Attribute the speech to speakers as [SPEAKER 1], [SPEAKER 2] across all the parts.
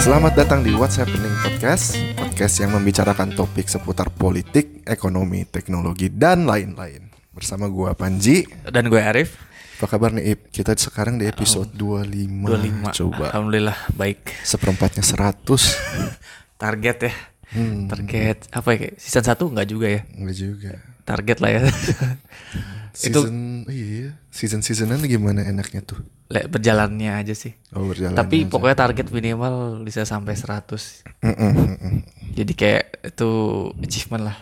[SPEAKER 1] Selamat datang di What's Happening Podcast Podcast yang membicarakan topik seputar politik, ekonomi, teknologi, dan lain-lain Bersama gua Panji
[SPEAKER 2] dan gue Arif
[SPEAKER 1] Apa kabar nih Ip? Kita sekarang di episode 25,
[SPEAKER 2] 25
[SPEAKER 1] Coba
[SPEAKER 2] Alhamdulillah baik
[SPEAKER 1] Seperempatnya 100
[SPEAKER 2] target ya target apa ya kayak season 1 enggak juga ya
[SPEAKER 1] Enggak juga
[SPEAKER 2] target lah ya itu
[SPEAKER 1] Season, iya Season-seasonan gimana enaknya tuh?
[SPEAKER 2] le- berjalannya aja sih
[SPEAKER 1] Oh berjalan
[SPEAKER 2] tapi
[SPEAKER 1] aja.
[SPEAKER 2] pokoknya target minimal bisa sampai 100
[SPEAKER 1] Mm-mm, mm-mm,
[SPEAKER 2] jadi kayak itu achievement lah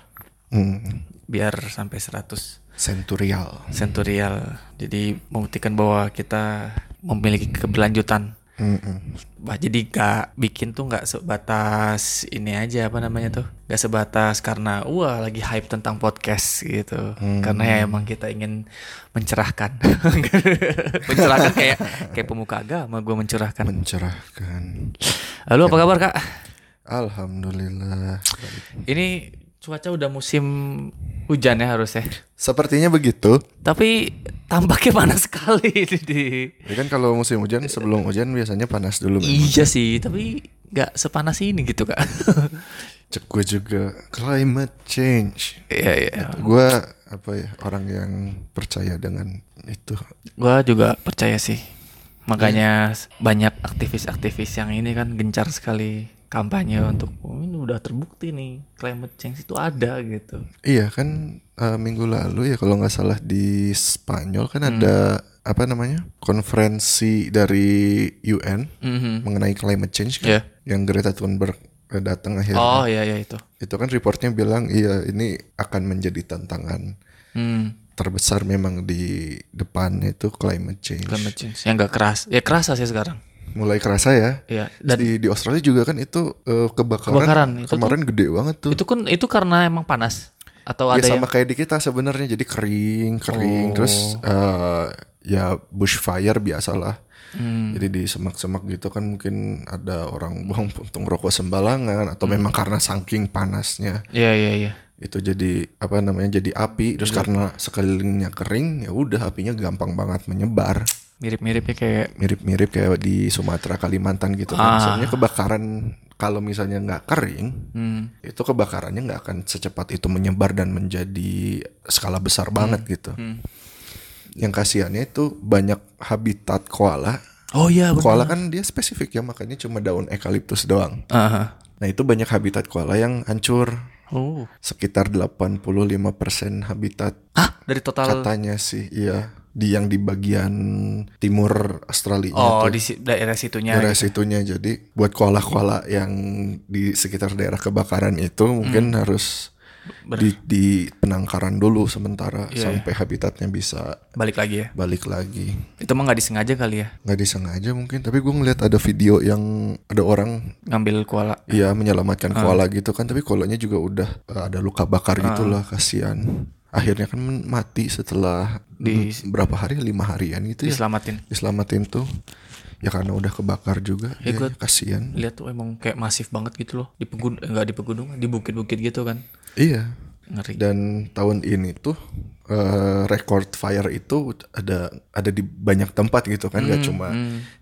[SPEAKER 1] mm-mm.
[SPEAKER 2] biar sampai 100
[SPEAKER 1] Senturial
[SPEAKER 2] sensorial jadi membuktikan bahwa kita memiliki keberlanjutan
[SPEAKER 1] Mm-mm.
[SPEAKER 2] Bah, jadi gak bikin tuh gak sebatas ini aja apa namanya tuh Gak sebatas karena wah lagi hype tentang podcast gitu Karena ya emang kita ingin mencerahkan Mencerahkan kayak kayak pemuka agama gue mencerahkan
[SPEAKER 1] Mencerahkan
[SPEAKER 2] Lalu apa kabar kak?
[SPEAKER 1] Alhamdulillah Baik.
[SPEAKER 2] Ini cuaca udah musim hujan ya harusnya
[SPEAKER 1] Sepertinya begitu
[SPEAKER 2] Tapi tampaknya panas sekali ini di
[SPEAKER 1] Ya kan kalau musim hujan sebelum hujan biasanya panas dulu memang.
[SPEAKER 2] Iya sih, tapi nggak sepanas ini gitu kak.
[SPEAKER 1] Cek gue juga climate change.
[SPEAKER 2] Iya iya.
[SPEAKER 1] Gue apa ya orang yang percaya dengan itu.
[SPEAKER 2] Gua juga percaya sih. Makanya banyak aktivis-aktivis yang ini kan gencar sekali kampanye untuk "Oh, ini udah terbukti nih climate change itu ada gitu.
[SPEAKER 1] Iya kan eh, minggu lalu ya kalau nggak salah di Spanyol
[SPEAKER 2] Hmm.
[SPEAKER 1] kan ada apa namanya konferensi dari UN
[SPEAKER 2] Mhm.
[SPEAKER 1] mengenai climate change kan
[SPEAKER 2] Iya.
[SPEAKER 1] yang Greta Thunberg eh, datang akhirnya.
[SPEAKER 2] Oh iya iya itu.
[SPEAKER 1] Itu kan reportnya bilang iya ini akan menjadi tantangan
[SPEAKER 2] Hmm,
[SPEAKER 1] terbesar memang di depan itu climate change.
[SPEAKER 2] climate change yang nggak keras. Ya kerasa sih sekarang.
[SPEAKER 1] mulai kerasa ya.
[SPEAKER 2] Iya. Dan
[SPEAKER 1] di di Australia juga kan itu eh, kebakaran,
[SPEAKER 2] Kebakaran, itu
[SPEAKER 1] kemarin gede banget tuh.
[SPEAKER 2] itu kan itu karena emang panas atau
[SPEAKER 1] ya
[SPEAKER 2] ada yang Oh.
[SPEAKER 1] sama kayak di kita sebenarnya jadi kering kering terus eh, ya bushfire biasalah.
[SPEAKER 2] Hmm.
[SPEAKER 1] Jadi di semak-semak gitu kan mungkin ada orang buang puntung rokok sembalangan atau memang
[SPEAKER 2] Hmm.
[SPEAKER 1] karena saking panasnya
[SPEAKER 2] Iya iya iya.
[SPEAKER 1] itu jadi apa namanya jadi api terus karena sekelilingnya kering ya udah apinya gampang banget menyebar
[SPEAKER 2] Mirip-mirip ya kayak
[SPEAKER 1] mirip-mirip kayak di Sumatera Kalimantan gitu
[SPEAKER 2] Ah.
[SPEAKER 1] kan. Sebenarnya kebakaran kalau misalnya nggak kering,
[SPEAKER 2] hmm,
[SPEAKER 1] itu kebakarannya nggak akan secepat itu menyebar dan menjadi skala besar banget gitu.
[SPEAKER 2] hmm.
[SPEAKER 1] Yang kasihannya itu banyak habitat koala.
[SPEAKER 2] Oh iya benar.
[SPEAKER 1] Koala kan dia spesifik ya makanya cuma daun eukaliptus doang.
[SPEAKER 2] Aha.
[SPEAKER 1] Nah itu banyak habitat koala yang hancur
[SPEAKER 2] Oh.
[SPEAKER 1] sekitar 85% habitat
[SPEAKER 2] Hah? Dari total
[SPEAKER 1] katanya sih iya di yang di bagian timur Australia
[SPEAKER 2] Oh, di si- daerah situnya.
[SPEAKER 1] daerah
[SPEAKER 2] gitu.
[SPEAKER 1] situnya jadi buat koala-koala yang di sekitar daerah kebakaran itu mungkin harus
[SPEAKER 2] Hmm. Ber-
[SPEAKER 1] di, di penangkaran dulu sementara
[SPEAKER 2] Iya,
[SPEAKER 1] sampai habitatnya bisa
[SPEAKER 2] Balik lagi ya.
[SPEAKER 1] balik lagi
[SPEAKER 2] Itu mah nggak disengaja kali ya
[SPEAKER 1] nggak disengaja mungkin tapi gue ngeliat ada video yang ada orang
[SPEAKER 2] ngambil koala.
[SPEAKER 1] ya menyelamatkan
[SPEAKER 2] Ah.
[SPEAKER 1] koala gitu kan tapi koalanya juga udah eh, ada luka bakar gitulah kasihan akhirnya kan mati setelah
[SPEAKER 2] Di-
[SPEAKER 1] mm, berapa hari lima harian gitu ya
[SPEAKER 2] Diselamatin.
[SPEAKER 1] diselamatin tuh ya karena udah kebakar juga
[SPEAKER 2] Ya,
[SPEAKER 1] dia,
[SPEAKER 2] gua-
[SPEAKER 1] kasihan
[SPEAKER 2] Lihat tuh emang kayak masif banget gitu loh. Di pegun enggak di pegunungan, di bukit-bukit gitu kan.
[SPEAKER 1] Iya.
[SPEAKER 2] Ngeri.
[SPEAKER 1] Dan tahun ini tuh eh, record fire itu ada ada di banyak tempat gitu kan,
[SPEAKER 2] Hmm,
[SPEAKER 1] nggak cuma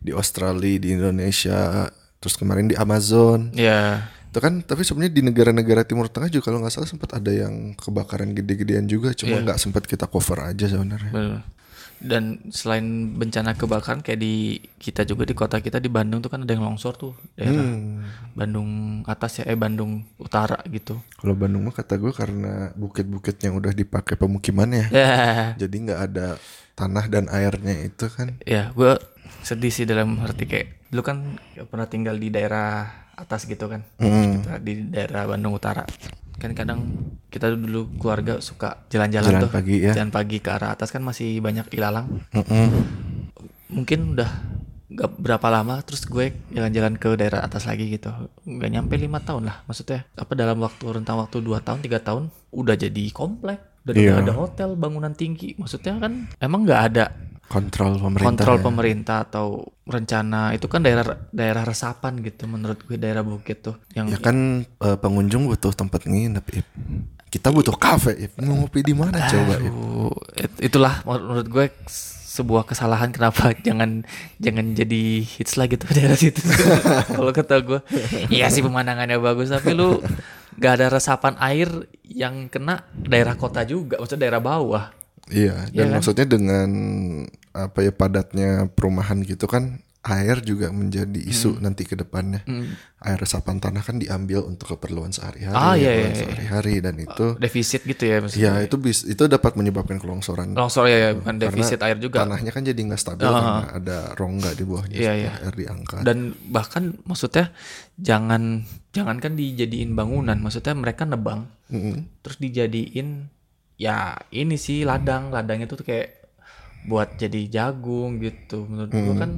[SPEAKER 1] di Australia, di Indonesia, terus kemarin di Amazon.
[SPEAKER 2] Ya,
[SPEAKER 1] Itu kan tapi sebenarnya di negara-negara Timur Tengah juga kalau nggak salah sempat ada yang kebakaran gede-gedean juga, cuma nggak sempat kita cover aja sebenarnya.
[SPEAKER 2] bener. Dan selain bencana kebakaran kayak di kita juga di kota kita di Bandung tuh kan ada yang longsor tuh
[SPEAKER 1] Hmm.
[SPEAKER 2] daerah Bandung atas ya eh Bandung utara gitu.
[SPEAKER 1] Kalau Bandung mah kata gue karena bukit-bukit yang udah dipakai pemukimannya,
[SPEAKER 2] Ya,
[SPEAKER 1] jadi nggak ada tanah dan airnya itu kan.
[SPEAKER 2] ya gue sedih sih dalam arti kayak dulu kan pernah tinggal di daerah atas gitu kan.
[SPEAKER 1] Mm.
[SPEAKER 2] kita di daerah Bandung Utara kan kadang kita dulu keluarga suka jalan-jalan
[SPEAKER 1] Jalan
[SPEAKER 2] tuh
[SPEAKER 1] pagi ya.
[SPEAKER 2] jalan pagi ke arah atas kan masih banyak ilalang
[SPEAKER 1] Mm-mm.
[SPEAKER 2] mungkin udah nggak berapa lama terus gue jalan-jalan ke daerah atas lagi gitu nggak nyampe lima tahun lah maksudnya apa dalam waktu rentang waktu dua tahun tiga tahun udah jadi komplek dan udah
[SPEAKER 1] Iya.
[SPEAKER 2] ada hotel bangunan tinggi maksudnya kan emang nggak ada
[SPEAKER 1] Kontrol pemerintah.
[SPEAKER 2] kontrol
[SPEAKER 1] ya.
[SPEAKER 2] pemerintah atau rencana itu kan daerah daerah resapan gitu menurut gue daerah bukit tuh yang
[SPEAKER 1] Ya kan eh, pengunjung butuh tempat nginep, Ip.
[SPEAKER 2] Ah.
[SPEAKER 1] Kita butuh kafe, Ip. Mau ngopi di mana coba, Ip?
[SPEAKER 2] Aduh, it- itulah menurut gue s- sebuah kesalahan kenapa jangan jangan jadi hits lah gitu daerah situ kalau kata gue iya sih pemandangannya bagus tapi lu gak ada resapan air yang kena daerah kota juga maksudnya daerah bawah
[SPEAKER 1] Iya, dan
[SPEAKER 2] Iya kan?
[SPEAKER 1] maksudnya dengan apa ya padatnya perumahan gitu kan air juga menjadi isu
[SPEAKER 2] Hmm.
[SPEAKER 1] nanti ke depannya. Air resapan tanah kan diambil untuk keperluan sehari-hari,
[SPEAKER 2] Ah, iya,
[SPEAKER 1] keperluan
[SPEAKER 2] iya, iya.
[SPEAKER 1] sehari-hari dan itu
[SPEAKER 2] defisit gitu ya
[SPEAKER 1] ya
[SPEAKER 2] maksudnya
[SPEAKER 1] itu bis, itu dapat menyebabkan kelongsoran.
[SPEAKER 2] longsor ya, ya bukan
[SPEAKER 1] Karena
[SPEAKER 2] defisit air juga
[SPEAKER 1] Tanahnya kan jadi nggak stabil karena ada rongga di bawahnya
[SPEAKER 2] Iya,
[SPEAKER 1] setelah
[SPEAKER 2] iya.
[SPEAKER 1] air diangkat.
[SPEAKER 2] dan bahkan maksudnya jangan jangankan dijadiin bangunan maksudnya mereka nebang
[SPEAKER 1] Mm-mm.
[SPEAKER 2] terus dijadiin ya ini sih ladang ladangnya tuh kayak buat jadi jagung gitu menurut gua
[SPEAKER 1] Hmm.
[SPEAKER 2] kan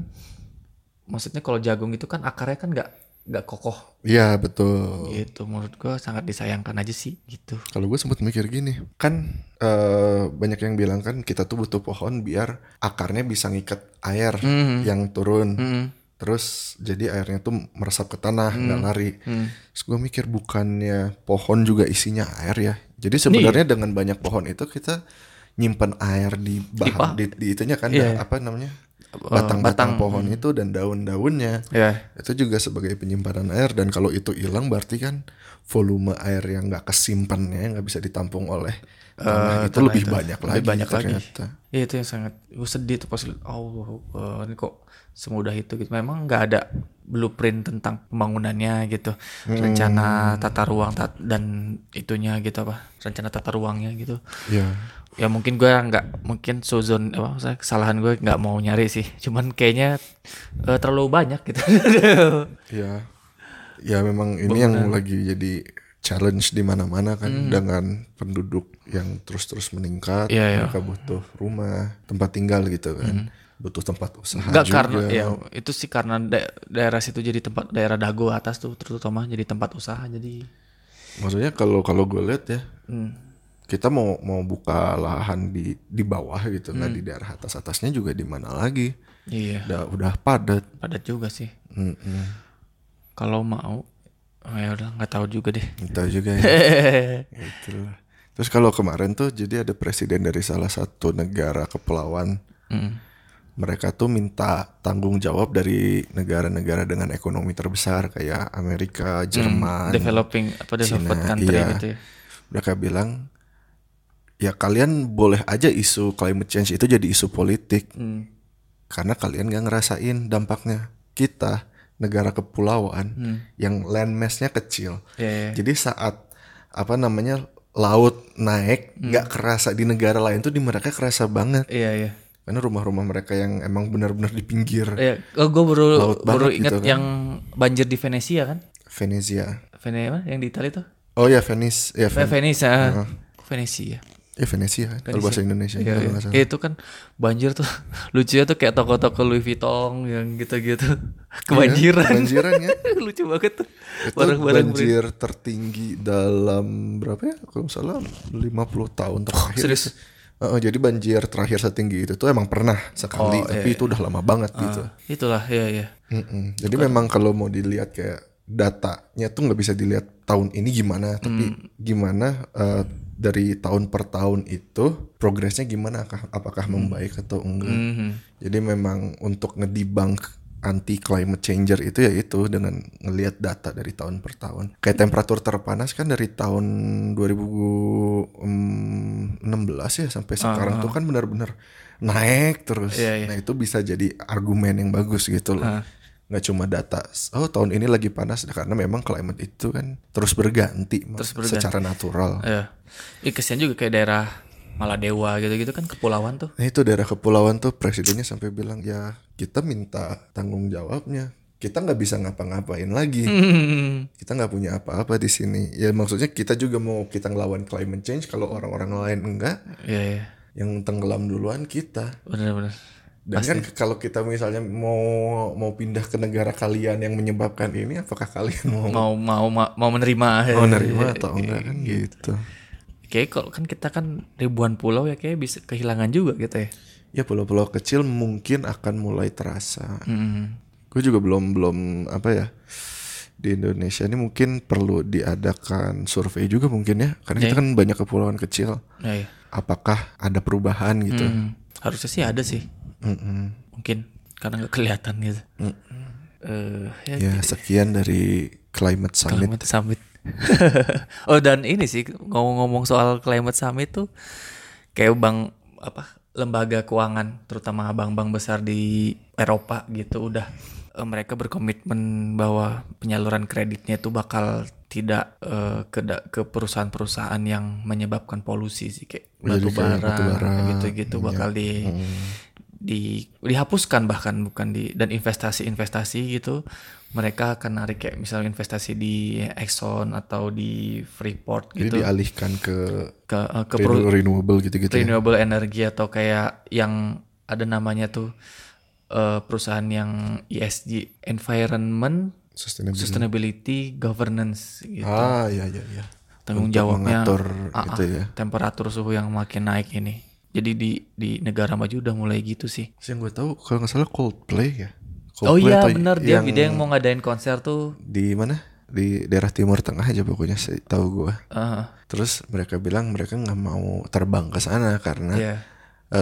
[SPEAKER 2] maksudnya kalau jagung itu kan akarnya kan nggak nggak kokoh
[SPEAKER 1] Iya betul.
[SPEAKER 2] gitu menurut gua sangat disayangkan aja sih gitu
[SPEAKER 1] Kalau gue sempat mikir gini, kan eh, banyak yang bilang kan kita tuh butuh pohon biar akarnya bisa ngikat air
[SPEAKER 2] Hmm.
[SPEAKER 1] yang turun.
[SPEAKER 2] Mm-mm.
[SPEAKER 1] Terus jadi airnya tuh meresap ke tanah,
[SPEAKER 2] Hmm.
[SPEAKER 1] nggak lari.
[SPEAKER 2] Hmm.
[SPEAKER 1] Terus gue mikir bukannya pohon juga isinya air ya. Jadi sebenarnya dengan banyak pohon itu kita nyimpan air di
[SPEAKER 2] pa-
[SPEAKER 1] bahan di, di itunya kan dah,
[SPEAKER 2] Iya.
[SPEAKER 1] apa namanya?
[SPEAKER 2] Eh,
[SPEAKER 1] batang-batang pohon
[SPEAKER 2] mm.
[SPEAKER 1] itu dan daun-daunnya.
[SPEAKER 2] ya
[SPEAKER 1] Itu juga sebagai penyimpanan air dan kalau itu hilang berarti kan volume air yang nggak kesimpannya nggak bisa ditampung oleh tanah itu
[SPEAKER 2] Eh, tanah
[SPEAKER 1] lebih
[SPEAKER 2] itu.
[SPEAKER 1] banyak
[SPEAKER 2] Lebih
[SPEAKER 1] lagi
[SPEAKER 2] banyak lagi.
[SPEAKER 1] ternyata.
[SPEAKER 2] ya itu yang sangat gue sedih tuh pas liat, Allah Akbar, ini kok semudah itu gitu memang nggak ada blueprint tentang pembangunannya gitu rencana tata ruang tat- dan itunya gitu apa rencana tata ruangnya gitu
[SPEAKER 1] Iya.
[SPEAKER 2] ya mungkin gue nggak mungkin suzon apa maksudnya kesalahan gue nggak mau nyari sih cuman kayaknya eh, terlalu banyak gitu
[SPEAKER 1] Iya. Ya memang ini yang lagi jadi challenge di mana-mana kan dengan penduduk yang terus-terus meningkat,
[SPEAKER 2] Hmm. Iya, iya.
[SPEAKER 1] mereka butuh rumah, tempat tinggal gitu kan. Butuh tempat usaha
[SPEAKER 2] nggak
[SPEAKER 1] juga.
[SPEAKER 2] karena ya itu sih karena da- daerah situ jadi tempat daerah dago atas tuh terutama jadi tempat usaha jadi
[SPEAKER 1] Maksudnya kalau kalau gue lihat ya
[SPEAKER 2] hmm,
[SPEAKER 1] kita mau mau buka lahan di di bawah gitu nggak di daerah atas atasnya juga di mana lagi
[SPEAKER 2] iya
[SPEAKER 1] udah udah padat
[SPEAKER 2] padat juga sih
[SPEAKER 1] Mm-mm.
[SPEAKER 2] kalau mau oh ya udah nggak tahu juga deh
[SPEAKER 1] Itu juga ya Itulah. terus kalau kemarin tuh jadi ada presiden dari salah satu negara kepulauan
[SPEAKER 2] Mm.
[SPEAKER 1] mereka tuh minta tanggung jawab dari negara-negara dengan ekonomi terbesar kayak Amerika, Jerman,
[SPEAKER 2] developing apa developed
[SPEAKER 1] Nah, Cina,
[SPEAKER 2] country
[SPEAKER 1] iya.
[SPEAKER 2] gitu ya
[SPEAKER 1] mereka bilang ya kalian boleh aja isu climate change itu jadi isu politik
[SPEAKER 2] Hmm.
[SPEAKER 1] karena kalian gak ngerasain dampaknya kita negara kepulauan
[SPEAKER 2] Hmm.
[SPEAKER 1] yang land massnya kecil
[SPEAKER 2] Iya, iya.
[SPEAKER 1] jadi saat apa namanya laut naik
[SPEAKER 2] Hmm.
[SPEAKER 1] nggak kerasa di negara lain tuh di mereka kerasa banget
[SPEAKER 2] iya iya
[SPEAKER 1] karena rumah-rumah mereka yang emang benar-benar di pinggir
[SPEAKER 2] Iya, gue baru
[SPEAKER 1] Laut banget
[SPEAKER 2] baru
[SPEAKER 1] gitu
[SPEAKER 2] ingat
[SPEAKER 1] kan.
[SPEAKER 2] yang banjir di Venesia kan?
[SPEAKER 1] Venezia
[SPEAKER 2] Vene apa? Yang di Italia tuh?
[SPEAKER 1] oh ya Venice ya,
[SPEAKER 2] Eh,
[SPEAKER 1] Ven-
[SPEAKER 2] Venice, ah. Venesia.
[SPEAKER 1] ya Venezia kalau bahasa Indonesia
[SPEAKER 2] Eh. Iya,
[SPEAKER 1] kalau
[SPEAKER 2] iya.
[SPEAKER 1] nggak salah.
[SPEAKER 2] Itu kan banjir tuh lucunya tuh kayak toko-toko Louis Vuitton yang gitu-gitu
[SPEAKER 1] Iya,
[SPEAKER 2] kebanjiran.
[SPEAKER 1] kebanjiran ya
[SPEAKER 2] Lucu banget tuh.
[SPEAKER 1] itu
[SPEAKER 2] Barang-barang
[SPEAKER 1] banjir tertinggi dalam berapa ya kalau nggak salah 50 tahun terakhir
[SPEAKER 2] serius?
[SPEAKER 1] Heeh, jadi banjir terakhir setinggi itu tuh emang pernah sekali tapi itu udah lama banget gitu
[SPEAKER 2] berit- Itulah, iya iya.
[SPEAKER 1] Mm-mm. jadi memang kalau mau dilihat kayak datanya tuh nggak bisa dilihat tahun ini gimana tapi gimana eh, dari tahun per tahun itu progresnya gimana Akah- apakah membaik atau enggak
[SPEAKER 2] Mhm.
[SPEAKER 1] jadi memang untuk ngedibang anti climate changer itu ya itu dengan ngelihat data dari tahun per tahun. Kayak temperatur terpanas kan dari tahun 2016 ya sampai sekarang tuh kan benar-benar naik terus.
[SPEAKER 2] Ah. Iya, Ah. iya.
[SPEAKER 1] Nah, itu bisa jadi argumen yang bagus gitu loh. Nggak cuma data, oh tahun ini lagi panas karena memang climate itu kan terus berganti,
[SPEAKER 2] Terus
[SPEAKER 1] mak-
[SPEAKER 2] berganti.
[SPEAKER 1] secara natural.
[SPEAKER 2] Iya. Ih, kesian juga kayak daerah Maladewa gitu-gitu kan kepulauan tuh.
[SPEAKER 1] Nah itu daerah kepulauan tuh presidennya sampai bilang ya kita minta tanggung jawabnya. Kita nggak bisa ngapa-ngapain lagi.
[SPEAKER 2] Hmm.
[SPEAKER 1] Kita nggak punya apa-apa di sini. Ya maksudnya kita juga mau kita ngelawan climate change kalau orang-orang lain enggak,
[SPEAKER 2] Iya, iya.
[SPEAKER 1] yang tenggelam duluan kita.
[SPEAKER 2] Benar-benar.
[SPEAKER 1] Dan kan kalau kita misalnya mau mau pindah ke negara kalian yang menyebabkan ini, apakah kalian mau
[SPEAKER 2] Mau mau mau mau menerima.
[SPEAKER 1] mau nerima
[SPEAKER 2] iya,
[SPEAKER 1] atau enggak kan gitu?
[SPEAKER 2] Kayak kalau kan kita kan ribuan pulau ya kayak bisa kehilangan juga gitu ya.
[SPEAKER 1] Ya pulau-pulau kecil mungkin akan mulai terasa.
[SPEAKER 2] Mm.
[SPEAKER 1] gue juga belum belum apa ya di Indonesia ini mungkin perlu diadakan survei juga mungkin ya karena
[SPEAKER 2] Iya,
[SPEAKER 1] kita kan banyak kepulauan kecil
[SPEAKER 2] Ya, ya.
[SPEAKER 1] apakah ada perubahan gitu
[SPEAKER 2] Mm. Harusnya sih ada sih.
[SPEAKER 1] Mm-mm.
[SPEAKER 2] mungkin karena nggak kelihatan gitu. Eh, ya,
[SPEAKER 1] Ya sekian dari Climate Summit.
[SPEAKER 2] Climate Summit. oh dan ini sih ngomong-ngomong soal Climate Summit tuh kayak bank apa lembaga keuangan terutama bank-bank besar di Eropa gitu udah eh, mereka berkomitmen bahwa penyaluran kreditnya itu bakal tidak eh, ke da- ke perusahaan-perusahaan yang menyebabkan polusi sih kayak
[SPEAKER 1] Jadi Iya,
[SPEAKER 2] batu
[SPEAKER 1] kayak Iya. batubara,
[SPEAKER 2] bara gitu-gitu
[SPEAKER 1] minyak.
[SPEAKER 2] bakal di di dihapuskan bahkan bukan di dan investasi-investasi gitu mereka akan narik kayak misalnya investasi di Exxon atau di Freeport
[SPEAKER 1] Jadi
[SPEAKER 2] gitu
[SPEAKER 1] dialihkan ke,
[SPEAKER 2] ke eh, ke
[SPEAKER 1] renew- renewable gitu-gitu. ya.
[SPEAKER 2] renewable energy atau kayak yang ada namanya tuh eh, perusahaan yang ESG environment
[SPEAKER 1] Sustainable.
[SPEAKER 2] gitu. sustainability governance gitu
[SPEAKER 1] Hmm. Ah ya ya ya.
[SPEAKER 2] tanggung
[SPEAKER 1] Untuk
[SPEAKER 2] jawabnya
[SPEAKER 1] mengatur
[SPEAKER 2] ah,
[SPEAKER 1] gitu
[SPEAKER 2] ah,
[SPEAKER 1] ya.
[SPEAKER 2] temperatur suhu yang makin naik ini jadi di di negara maju udah mulai gitu sih
[SPEAKER 1] Terus Yang gue tahu kalau nggak salah Coldplay ya.
[SPEAKER 2] Oh
[SPEAKER 1] Coldplay
[SPEAKER 2] iya
[SPEAKER 1] atau
[SPEAKER 2] benar dia
[SPEAKER 1] yang
[SPEAKER 2] dia yang mau ngadain konser tuh
[SPEAKER 1] di mana? Di daerah Timur Tengah aja pokoknya tahu gue.
[SPEAKER 2] eh,
[SPEAKER 1] Terus mereka bilang mereka nggak mau terbang ke sana karena
[SPEAKER 2] Iya.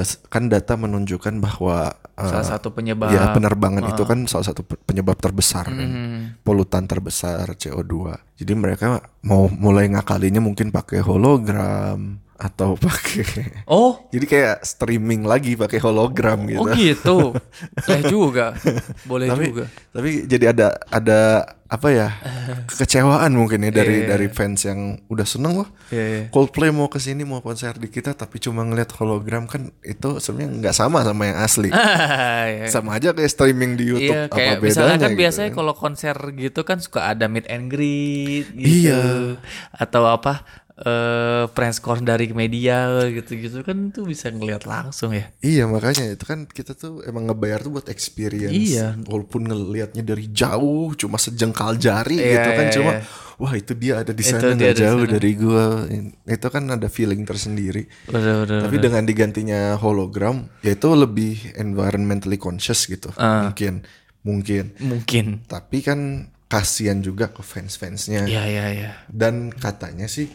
[SPEAKER 1] eh, kan data menunjukkan bahwa eh,
[SPEAKER 2] salah satu penyebab
[SPEAKER 1] ya penerbangan itu kan salah satu pe- penyebab terbesar kan.
[SPEAKER 2] Mm-hmm.
[SPEAKER 1] Polutan terbesar CO2. Jadi mereka mau mulai ngakalinya mungkin pakai hologram atau pakai
[SPEAKER 2] Oh,
[SPEAKER 1] Jadi kayak streaming lagi pakai hologram gitu.
[SPEAKER 2] oh gitu. Boleh juga. Boleh
[SPEAKER 1] tapi
[SPEAKER 2] juga.
[SPEAKER 1] tapi jadi ada ada apa ya?
[SPEAKER 2] Eh.
[SPEAKER 1] kekecewaan mungkin ya dari dari fans yang udah seneng loh.
[SPEAKER 2] Iya, iya.
[SPEAKER 1] Coldplay mau kesini mau konser di kita tapi cuma ngeliat hologram kan itu sebenarnya nggak sama sama yang asli.
[SPEAKER 2] Ah, iya.
[SPEAKER 1] Sama aja kayak streaming di YouTube
[SPEAKER 2] Iya,
[SPEAKER 1] apa
[SPEAKER 2] kayak
[SPEAKER 1] bedanya
[SPEAKER 2] misalnya kan
[SPEAKER 1] gitu
[SPEAKER 2] biasanya
[SPEAKER 1] kan.
[SPEAKER 2] kalau konser gitu kan suka ada meet and greet gitu.
[SPEAKER 1] Iya.
[SPEAKER 2] Atau apa eh press corner dari media gitu-gitu kan tuh bisa ngelihat langsung ya.
[SPEAKER 1] Iya makanya itu kan kita tuh emang ngebayar tuh buat experience.
[SPEAKER 2] Iya.
[SPEAKER 1] Walaupun ngelihatnya dari jauh cuma sejengkal jari
[SPEAKER 2] Iya,
[SPEAKER 1] gitu kan
[SPEAKER 2] iya,
[SPEAKER 1] cuma
[SPEAKER 2] iya.
[SPEAKER 1] wah itu dia ada di
[SPEAKER 2] Itu
[SPEAKER 1] sana
[SPEAKER 2] dia
[SPEAKER 1] nggak
[SPEAKER 2] ada di
[SPEAKER 1] jauh
[SPEAKER 2] sana.
[SPEAKER 1] dari gua. Itu kan ada feeling tersendiri.
[SPEAKER 2] Bener, bener,
[SPEAKER 1] Tapi
[SPEAKER 2] bener.
[SPEAKER 1] dengan digantinya hologram ya itu lebih environmentally conscious gitu.
[SPEAKER 2] Ah.
[SPEAKER 1] Mungkin mungkin.
[SPEAKER 2] mungkin.
[SPEAKER 1] Tapi kan kasihan juga ke fans-fansnya.
[SPEAKER 2] Iya, iya, iya.
[SPEAKER 1] Dan katanya sih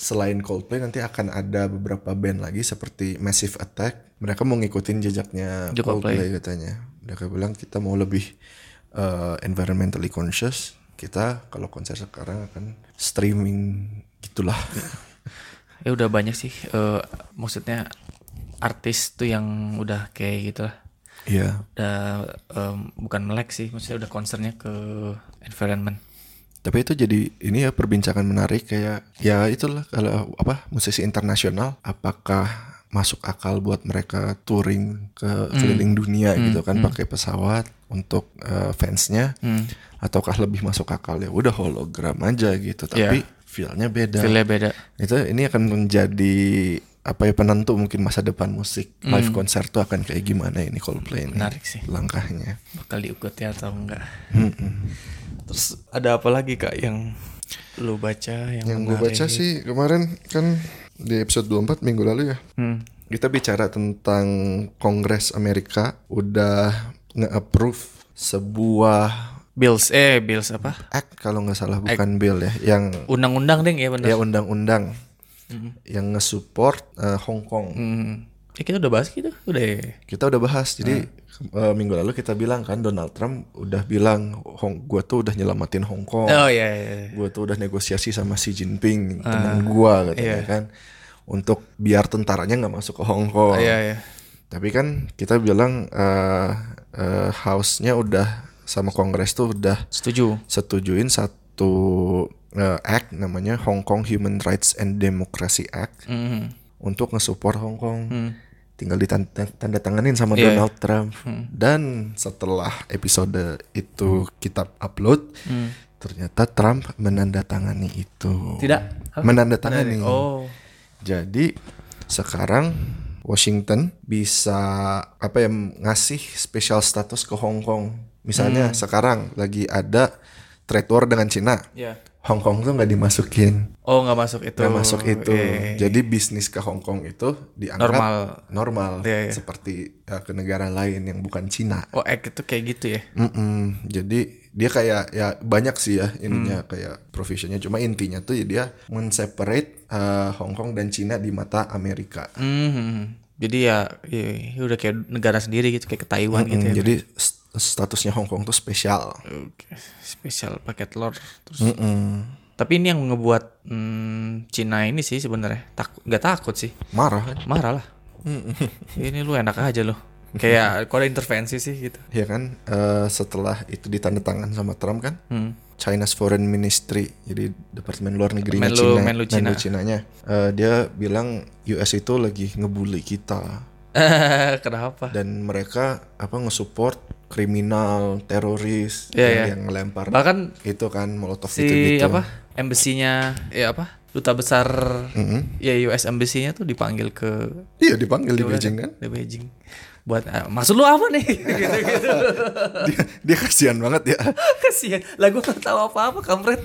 [SPEAKER 1] selain Coldplay nanti akan ada beberapa band lagi seperti Massive Attack. Mereka mau ngikutin jejaknya
[SPEAKER 2] Jejak
[SPEAKER 1] Coldplay.
[SPEAKER 2] Coldplay.
[SPEAKER 1] katanya. Mereka bilang kita mau lebih uh, environmentally conscious. Kita kalau konser sekarang akan streaming gitulah.
[SPEAKER 2] Ya udah banyak sih eh, maksudnya artis tuh yang udah kayak gitu lah.
[SPEAKER 1] Iya.
[SPEAKER 2] Udah em, bukan melek sih, maksudnya udah concernnya ke environment.
[SPEAKER 1] Tapi itu jadi ini ya perbincangan menarik kayak ya itulah kalau apa musisi internasional apakah masuk akal buat mereka touring ke keliling dunia gitu kan pakai pesawat untuk eh, fansnya ataukah lebih masuk akal ya udah hologram aja gitu tapi feel-nya beda.
[SPEAKER 2] Feel-nya beda.
[SPEAKER 1] Itu ini akan menjadi apa ya penentu mungkin masa depan musik live konser tuh akan kayak gimana ini Coldplay ini
[SPEAKER 2] Menarik sih.
[SPEAKER 1] langkahnya.
[SPEAKER 2] Bakal diikuti atau enggak. Terus ada apa lagi Kak yang lu baca yang,
[SPEAKER 1] Yang gue baca sih kemarin kan di episode 24 minggu lalu ya.
[SPEAKER 2] Hmm.
[SPEAKER 1] Kita bicara tentang Kongres Amerika udah nge-approve sebuah
[SPEAKER 2] Bills eh Bills apa?
[SPEAKER 1] act kalau nggak salah bukan bill ya yang
[SPEAKER 2] Undang-undang deh
[SPEAKER 1] ya
[SPEAKER 2] ya benar.
[SPEAKER 1] undang-undang yang nge-support eh, Hong Kong.
[SPEAKER 2] Hmm. Ya kita udah bahas gitu, udah. ya?
[SPEAKER 1] Kita udah bahas. Jadi
[SPEAKER 2] Nah.
[SPEAKER 1] eh, minggu lalu kita bilang kan Donald Trump udah bilang Hong gua tuh udah nyelamatin Hong Kong.
[SPEAKER 2] Oh iya iya.
[SPEAKER 1] gue tuh udah negosiasi sama Xi Jinping
[SPEAKER 2] Ah.
[SPEAKER 1] teman gue
[SPEAKER 2] Iya.
[SPEAKER 1] katanya kan untuk biar tentaranya nggak masuk ke Hong Kong.
[SPEAKER 2] Iya iya.
[SPEAKER 1] Tapi kan kita bilang eh, eh, House-nya udah sama Kongres tuh udah
[SPEAKER 2] Setuju.
[SPEAKER 1] setujuin satu eh, act namanya Hong Kong Human Rights and Democracy Act
[SPEAKER 2] Hmm.
[SPEAKER 1] untuk ngesupport Hong Kong. Tinggal ditanda tanganin sama
[SPEAKER 2] Iya.
[SPEAKER 1] Donald Trump. Dan setelah episode itu kita upload,
[SPEAKER 2] Hmm.
[SPEAKER 1] ternyata Trump menandatangani itu.
[SPEAKER 2] Tidak. Hah?
[SPEAKER 1] Menandatangani.
[SPEAKER 2] Oh.
[SPEAKER 1] Jadi sekarang Washington bisa apa ya ngasih special status ke Hong Kong.
[SPEAKER 2] Hmm.
[SPEAKER 1] Misalnya sekarang lagi ada trade war dengan Cina.
[SPEAKER 2] Iya.
[SPEAKER 1] Hong Kong tuh nggak dimasukin.
[SPEAKER 2] Oh nggak masuk itu.
[SPEAKER 1] Nggak masuk itu.
[SPEAKER 2] Iya, iya.
[SPEAKER 1] Jadi bisnis ke Hong Kong itu dianggap
[SPEAKER 2] Normal.
[SPEAKER 1] normal
[SPEAKER 2] Iya, iya.
[SPEAKER 1] seperti ya, ke negara lain yang bukan Cina.
[SPEAKER 2] Oh act itu kayak gitu ya.
[SPEAKER 1] Mm-mm. Jadi dia kayak ya banyak sih ya
[SPEAKER 2] Hmm.
[SPEAKER 1] ininya kayak provisionnya cuma intinya tuh ya dia men-separate eh, Hong Kong dan Cina di mata Amerika.
[SPEAKER 2] Hmm. Jadi ya, ya, ya udah kayak negara sendiri gitu kayak ke Taiwan gitu
[SPEAKER 1] Mm,
[SPEAKER 2] ya.
[SPEAKER 1] jadi st- statusnya Hong Kong tuh spesial.
[SPEAKER 2] Oke, spesial pakai telur terus.
[SPEAKER 1] Mm-mm.
[SPEAKER 2] Tapi ini yang ngebuat hmm, Cina ini sih sebenarnya takut nggak takut sih.
[SPEAKER 1] Marah kan?
[SPEAKER 2] Marah lah. Hmm, ini lu enak aja lu. Kayak kok ada intervensi sih gitu.
[SPEAKER 1] Ya kan Eh, setelah itu ditandatangan sama Trump kan
[SPEAKER 2] Hmm.
[SPEAKER 1] China's Foreign Ministry jadi Departemen Luar Negeri
[SPEAKER 2] Menlu-
[SPEAKER 1] Cina
[SPEAKER 2] Menlu Cina.
[SPEAKER 1] Cinanya Eh, dia bilang US itu lagi ngebully kita
[SPEAKER 2] Kenapa?
[SPEAKER 1] dan mereka apa ngesupport kriminal teroris
[SPEAKER 2] Iya,
[SPEAKER 1] yang,
[SPEAKER 2] iya.
[SPEAKER 1] yang ngelempar
[SPEAKER 2] Bahkan
[SPEAKER 1] itu kan molotov
[SPEAKER 2] si
[SPEAKER 1] itu gitu
[SPEAKER 2] apa embesinya ya apa duta besar ya US embesinya tuh dipanggil ke
[SPEAKER 1] iya dipanggil di Beijing kan
[SPEAKER 2] di Beijing buat ah, maksud lu apa nih gitu gitu
[SPEAKER 1] dia, dia kasihan banget ya
[SPEAKER 2] kasihan lah gue nggak tahu apa apa kampret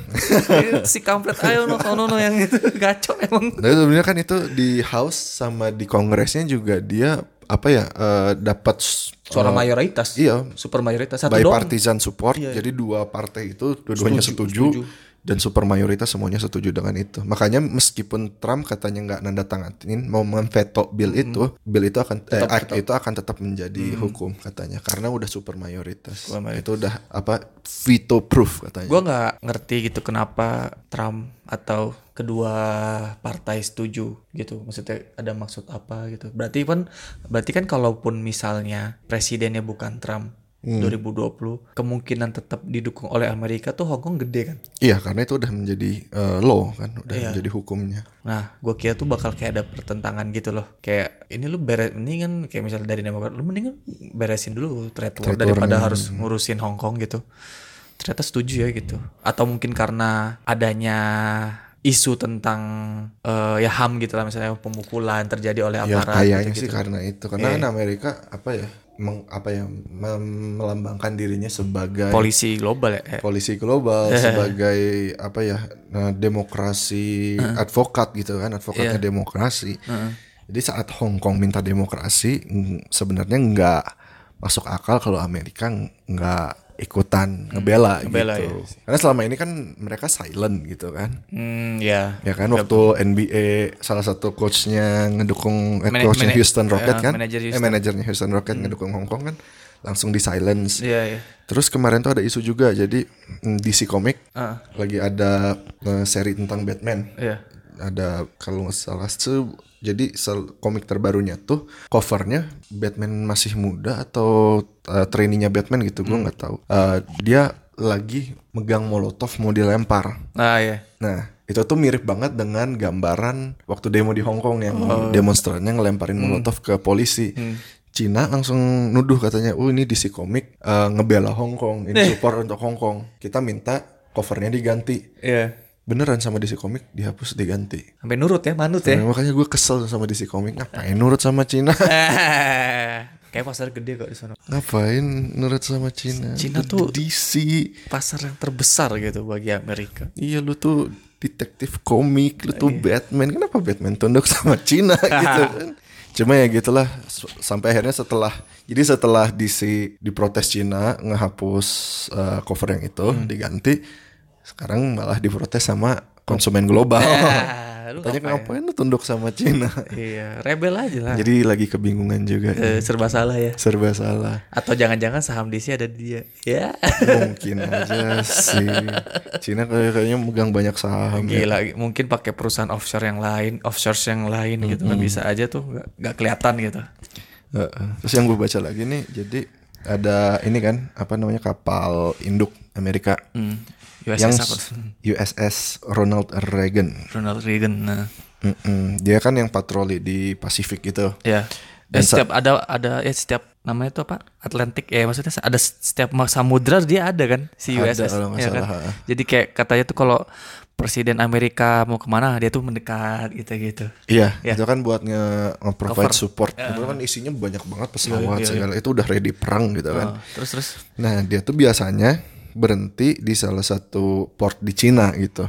[SPEAKER 2] si kampret ayo no no no yang itu gacor emang
[SPEAKER 1] Tapi sebenarnya kan itu di House sama di Kongresnya juga dia apa ya eh, dapat s- eh,
[SPEAKER 2] suara mayoritas
[SPEAKER 1] iya.
[SPEAKER 2] super mayoritas satu doang Iya,
[SPEAKER 1] bipartisan support. Jadi dua partai itu dua-duanya setuju, dan super mayoritas semuanya setuju dengan itu. Makanya meskipun Trump katanya nggak nanda tanganin mau memveto bill itu, bill itu akan eh, act itu akan tetap menjadi hukum katanya karena udah super mayoritas.
[SPEAKER 2] Super mayoritas.
[SPEAKER 1] Itu udah apa veto proof katanya.
[SPEAKER 2] gue nggak ngerti gitu kenapa Trump atau kedua partai setuju gitu maksudnya ada maksud apa gitu berarti kan berarti kan kalaupun misalnya presidennya bukan Trump 2020 kemungkinan tetap didukung oleh Amerika tuh Hong Kong gede kan
[SPEAKER 1] Iya, karena itu udah menjadi eh, law kan, udah
[SPEAKER 2] Iya.
[SPEAKER 1] menjadi hukumnya.
[SPEAKER 2] Nah, gue kira tuh bakal kayak ada pertentangan gitu loh. Kayak ini lu beres, ini kan kayak misalnya dari Demokrat, lu mendingan beresin dulu trade war
[SPEAKER 1] Trade war,
[SPEAKER 2] daripada
[SPEAKER 1] hmm.
[SPEAKER 2] harus ngurusin Hong Kong gitu. Ternyata setuju ya gitu. Atau mungkin karena adanya isu tentang eh, ya ham gitu lah misalnya pemukulan terjadi oleh
[SPEAKER 1] Ya
[SPEAKER 2] aparat
[SPEAKER 1] kayaknya
[SPEAKER 2] gitu-gitu.
[SPEAKER 1] sih karena itu karena
[SPEAKER 2] Iya.
[SPEAKER 1] kan Amerika apa ya meng- apa ya mem- melambangkan dirinya sebagai
[SPEAKER 2] polisi global ya. Eh,
[SPEAKER 1] polisi global sebagai apa ya nah, demokrasi advokat gitu kan advokatnya
[SPEAKER 2] Iya.
[SPEAKER 1] demokrasi. Jadi saat Hong Kong minta demokrasi mm, sebenarnya nggak masuk akal kalau Amerika nggak ikutan ngebela,
[SPEAKER 2] ngebela, iya
[SPEAKER 1] gitu. Karena selama ini kan mereka silent gitu kan.
[SPEAKER 2] Hmm, ya.
[SPEAKER 1] Ya kan waktu NBA salah satu coachnya ngedukung eh,
[SPEAKER 2] Mana-
[SPEAKER 1] coachnya
[SPEAKER 2] mana-
[SPEAKER 1] Houston Rocket
[SPEAKER 2] eh,
[SPEAKER 1] kan,
[SPEAKER 2] manajer
[SPEAKER 1] eh
[SPEAKER 2] Houston. Hmm.
[SPEAKER 1] manajernya Houston Rocket ngedukung Hong Kong kan langsung di silence.
[SPEAKER 2] Iya, iya.
[SPEAKER 1] Terus kemarin tuh ada isu juga jadi mm, DC Comic
[SPEAKER 2] Ah,
[SPEAKER 1] lagi ada eh, seri tentang Batman.
[SPEAKER 2] iya.
[SPEAKER 1] Ada kalau nggak salah se- jadi sel- komik terbarunya tuh covernya Batman masih muda atau eh, trainingnya Batman gitu
[SPEAKER 2] Hmm.
[SPEAKER 1] gua nggak tahu. Eh, dia lagi megang molotov mau dilempar.
[SPEAKER 2] Ah, iya.
[SPEAKER 1] Nah, itu tuh mirip banget dengan gambaran waktu demo di Hong Kong yang
[SPEAKER 2] Oh.
[SPEAKER 1] demonstrannya ngelemparin
[SPEAKER 2] Hmm.
[SPEAKER 1] molotov ke polisi. Cina langsung nuduh katanya, "Oh, ini DC Comic eh, ngebela Hong Kong,
[SPEAKER 2] Eh.
[SPEAKER 1] ini support untuk Hong Kong. Kita minta covernya diganti."
[SPEAKER 2] Iya.
[SPEAKER 1] Beneran sama DC Comic dihapus diganti.
[SPEAKER 2] Sampai nurut ya, manut ya.
[SPEAKER 1] Nah, makanya gue kesel sama DC Comic, ngapain nurut sama Cina?
[SPEAKER 2] Kayak pasar gede kok di sana.
[SPEAKER 1] ngapain nurut sama Cina?
[SPEAKER 2] Cina
[SPEAKER 1] Lu
[SPEAKER 2] tuh-
[SPEAKER 1] DC.
[SPEAKER 2] pasar yang terbesar gitu bagi Amerika.
[SPEAKER 1] Iya lu tuh detektif komik, lu
[SPEAKER 2] Iya.
[SPEAKER 1] tuh Batman. Kenapa Batman tunduk sama Cina gitu kan? Cuma ya gitulah s- sampai akhirnya setelah jadi setelah DC diprotes Cina ngehapus uh, cover yang itu
[SPEAKER 2] Hmm.
[SPEAKER 1] diganti sekarang malah diprotes sama konsumen global.
[SPEAKER 2] Ah, lu
[SPEAKER 1] Tanya ngapain
[SPEAKER 2] ngapain?
[SPEAKER 1] lu tunduk sama Cina?
[SPEAKER 2] Iya, rebel aja lah.
[SPEAKER 1] Jadi lagi kebingungan juga.
[SPEAKER 2] Eh, serba salah ya.
[SPEAKER 1] Serba salah.
[SPEAKER 2] Atau jangan-jangan saham DC ada di dia. Ya.
[SPEAKER 1] Mungkin aja sih. Cina kayak- kayaknya megang banyak saham. ya.
[SPEAKER 2] Gila, mungkin pakai perusahaan offshore yang lain, offshore yang lain gitu kan bisa aja tuh nggak- nggak kelihatan gitu.
[SPEAKER 1] Heeh. Terus yang gue baca lagi nih, jadi ada ini kan apa namanya kapal induk Amerika
[SPEAKER 2] Hmm. USS
[SPEAKER 1] yang
[SPEAKER 2] apa?
[SPEAKER 1] s- USS Ronald Reagan.
[SPEAKER 2] Ronald Reagan. Nah.
[SPEAKER 1] Mm-mm. Dia kan yang patroli di Pasifik gitu.
[SPEAKER 2] Ya. Eh, setiap ada ada ya setiap namanya itu apa? Atlantik ya maksudnya ada setiap samudra dia ada kan si
[SPEAKER 1] Ada,
[SPEAKER 2] USS
[SPEAKER 1] kalau nggak
[SPEAKER 2] ya kan?
[SPEAKER 1] salah, ha.
[SPEAKER 2] Jadi kayak katanya tuh kalau presiden Amerika mau kemana dia tuh mendekat gitu, gitu-gitu.
[SPEAKER 1] Iya,
[SPEAKER 2] Iya.
[SPEAKER 1] itu kan buat nge provide
[SPEAKER 2] Cover. Iya.
[SPEAKER 1] support. Itu kan isinya banyak banget pesawat segala itu udah ready perang gitu kan.
[SPEAKER 2] Oh, terus terus
[SPEAKER 1] Nah, dia tuh biasanya berhenti di salah satu port di Cina gitu.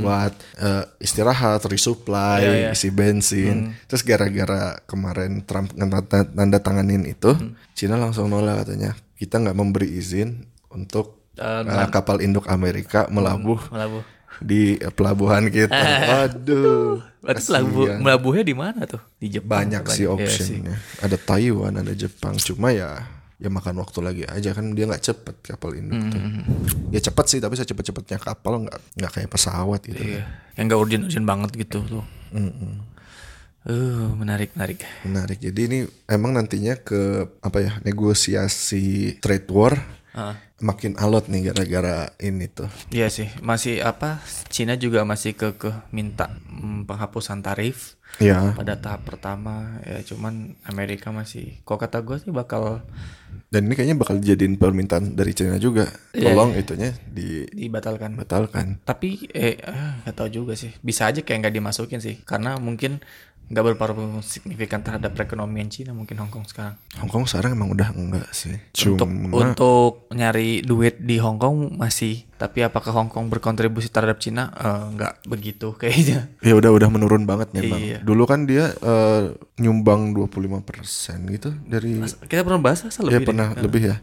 [SPEAKER 1] Buat eh, istirahat, resupply, isi bensin. Terus gara-gara kemarin Trump nanda nanda tanganin itu, Cina langsung nolak katanya, kita nggak memberi izin untuk
[SPEAKER 2] Eh,
[SPEAKER 1] eh, kapal induk Amerika melabuh
[SPEAKER 2] Hmm. melabuh.
[SPEAKER 1] di eh, pelabuhan kita. Aduh.
[SPEAKER 2] Berarti pelabu,
[SPEAKER 1] kasihan.
[SPEAKER 2] melabuhnya di mana tuh? Di Jepang.
[SPEAKER 1] banyak
[SPEAKER 2] apa
[SPEAKER 1] sih
[SPEAKER 2] di- iya
[SPEAKER 1] optionnya. Ada Taiwan, ada Jepang. Cuma ya ya makan waktu lagi aja kan dia nggak cepet kapal induk tuh.
[SPEAKER 2] Mm-hmm.
[SPEAKER 1] Ya cepet sih tapi secepat-cepatnya kapal nggak nggak kayak pesawat gitu.
[SPEAKER 2] Iya. Yang nggak urgent-urgent banget gitu tuh. Uh, menarik menarik.
[SPEAKER 1] Menarik. Jadi ini emang nantinya ke apa ya negosiasi trade war
[SPEAKER 2] Ah.
[SPEAKER 1] makin alot nih gara-gara ini tuh.
[SPEAKER 2] Iya sih, masih apa? Cina juga masih ke ke minta mm, penghapusan tarif
[SPEAKER 1] Ya.
[SPEAKER 2] pada tahap pertama ya cuman Amerika masih kok kata gue sih bakal
[SPEAKER 1] Dan ini kayaknya bakal jadiin permintaan dari China juga.
[SPEAKER 2] Iya.
[SPEAKER 1] Tolong itunya
[SPEAKER 2] dibatalkan.
[SPEAKER 1] dibatalkan.
[SPEAKER 2] Tapi eh ah, nggak tahu juga sih. Bisa aja kayak nggak dimasukin sih karena mungkin nggak berpengaruh signifikan terhadap perekonomian Cina mungkin Hong Kong sekarang.
[SPEAKER 1] Hongkong sekarang emang udah enggak sih. Cuma
[SPEAKER 2] Untuk untuk nyari duit di Hong Kong masih, tapi apakah Hong Kong berkontribusi terhadap Cina? Eh, nggak begitu kayaknya.
[SPEAKER 1] ya udah udah menurun banget memang.
[SPEAKER 2] Iya.
[SPEAKER 1] Dulu kan dia eh, nyumbang 25% gitu dari
[SPEAKER 2] Kita pernah bahas asal
[SPEAKER 1] ya
[SPEAKER 2] lebih deh.
[SPEAKER 1] pernah lebih ya.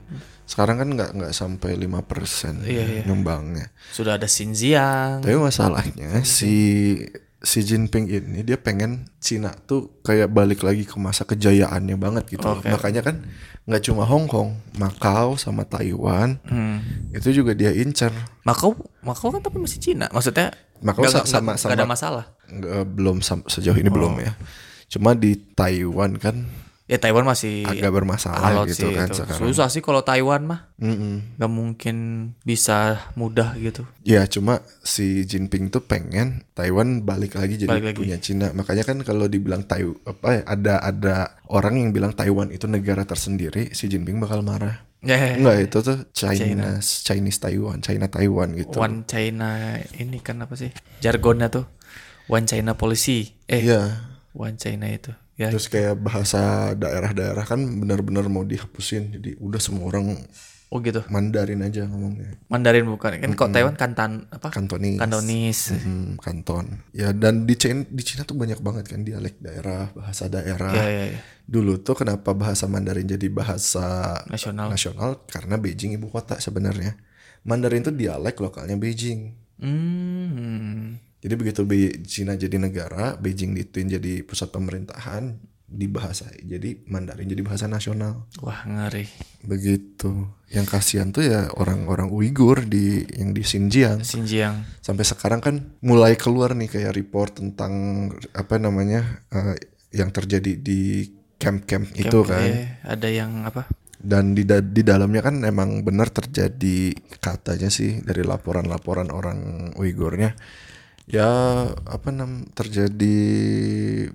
[SPEAKER 1] Sekarang kan nggak nggak sampai 5%
[SPEAKER 2] Iya, iya.
[SPEAKER 1] nyumbangnya.
[SPEAKER 2] Sudah ada Xinjiang.
[SPEAKER 1] Tapi masalahnya si Xi Jinping ini dia pengen Cina tuh kayak balik lagi ke masa kejayaannya banget gitu. loh.
[SPEAKER 2] Oke.
[SPEAKER 1] Makanya kan nggak cuma Hong Kong, Makau sama Taiwan
[SPEAKER 2] Hmm.
[SPEAKER 1] itu juga dia incer.
[SPEAKER 2] Makau, Makau kan tapi masih Cina. Maksudnya
[SPEAKER 1] Makau
[SPEAKER 2] nggak-
[SPEAKER 1] sa-
[SPEAKER 2] nggak-
[SPEAKER 1] sama-
[SPEAKER 2] nggak
[SPEAKER 1] sama-
[SPEAKER 2] ada masalah.
[SPEAKER 1] Nggak- eh, belum sam- sejauh
[SPEAKER 2] Oh.
[SPEAKER 1] ini belum ya. Cuma di Taiwan kan
[SPEAKER 2] Ya Taiwan masih
[SPEAKER 1] agak bermasalah
[SPEAKER 2] alot
[SPEAKER 1] gitu
[SPEAKER 2] sih
[SPEAKER 1] kan
[SPEAKER 2] itu.
[SPEAKER 1] sekarang.
[SPEAKER 2] Susah sih kalau Taiwan mah.
[SPEAKER 1] Mm-mm.
[SPEAKER 2] Nggak mungkin bisa mudah gitu.
[SPEAKER 1] Ya cuma si Jinping tuh pengen Taiwan balik lagi jadi
[SPEAKER 2] Balik lagi.
[SPEAKER 1] punya Cina. Makanya kan kalau dibilang Tai apa ya, ada ada orang yang bilang Taiwan itu negara tersendiri, si Jinping bakal marah.
[SPEAKER 2] Ya,
[SPEAKER 1] Enggak itu tuh China, Chinese Taiwan, China Taiwan gitu.
[SPEAKER 2] One China ini kan apa sih? Jargonnya tuh One China policy. Eh,
[SPEAKER 1] Iya.
[SPEAKER 2] One China itu. Ya,
[SPEAKER 1] Terus kayak bahasa daerah-daerah kan benar-benar mau dihapusin. Jadi udah semua orang
[SPEAKER 2] oh gitu.
[SPEAKER 1] Mandarin aja ngomongnya.
[SPEAKER 2] Mandarin bukan. Kan kok Taiwan Kantan apa?
[SPEAKER 1] Kantonis.
[SPEAKER 2] Kantonis.
[SPEAKER 1] Mm, kanton. Ya dan di Cina, di Cina tuh banyak banget kan dialek daerah, bahasa daerah.
[SPEAKER 2] Ya, ya, ya.
[SPEAKER 1] Dulu tuh kenapa bahasa Mandarin jadi bahasa
[SPEAKER 2] Nasional.
[SPEAKER 1] nasional karena Beijing ibu kota sebenarnya. Mandarin tuh dialek lokalnya Beijing.
[SPEAKER 2] Hmm.
[SPEAKER 1] Jadi begitu Be- Cina jadi negara, Beijing dituin jadi pusat pemerintahan, dibahasa jadi Mandarin jadi bahasa nasional.
[SPEAKER 2] Wah, ngeri.
[SPEAKER 1] Begitu. Yang kasihan tuh ya orang-orang Uighur di yang di Xinjiang.
[SPEAKER 2] Xinjiang.
[SPEAKER 1] sampai sekarang kan mulai keluar nih kayak report tentang apa namanya eh, yang terjadi di camp-camp itu
[SPEAKER 2] Kayak-
[SPEAKER 1] kan
[SPEAKER 2] eh, ada yang apa?
[SPEAKER 1] dan di da- di dalamnya kan emang benar terjadi katanya sih dari laporan-laporan orang Uigurnya ya apa nam terjadi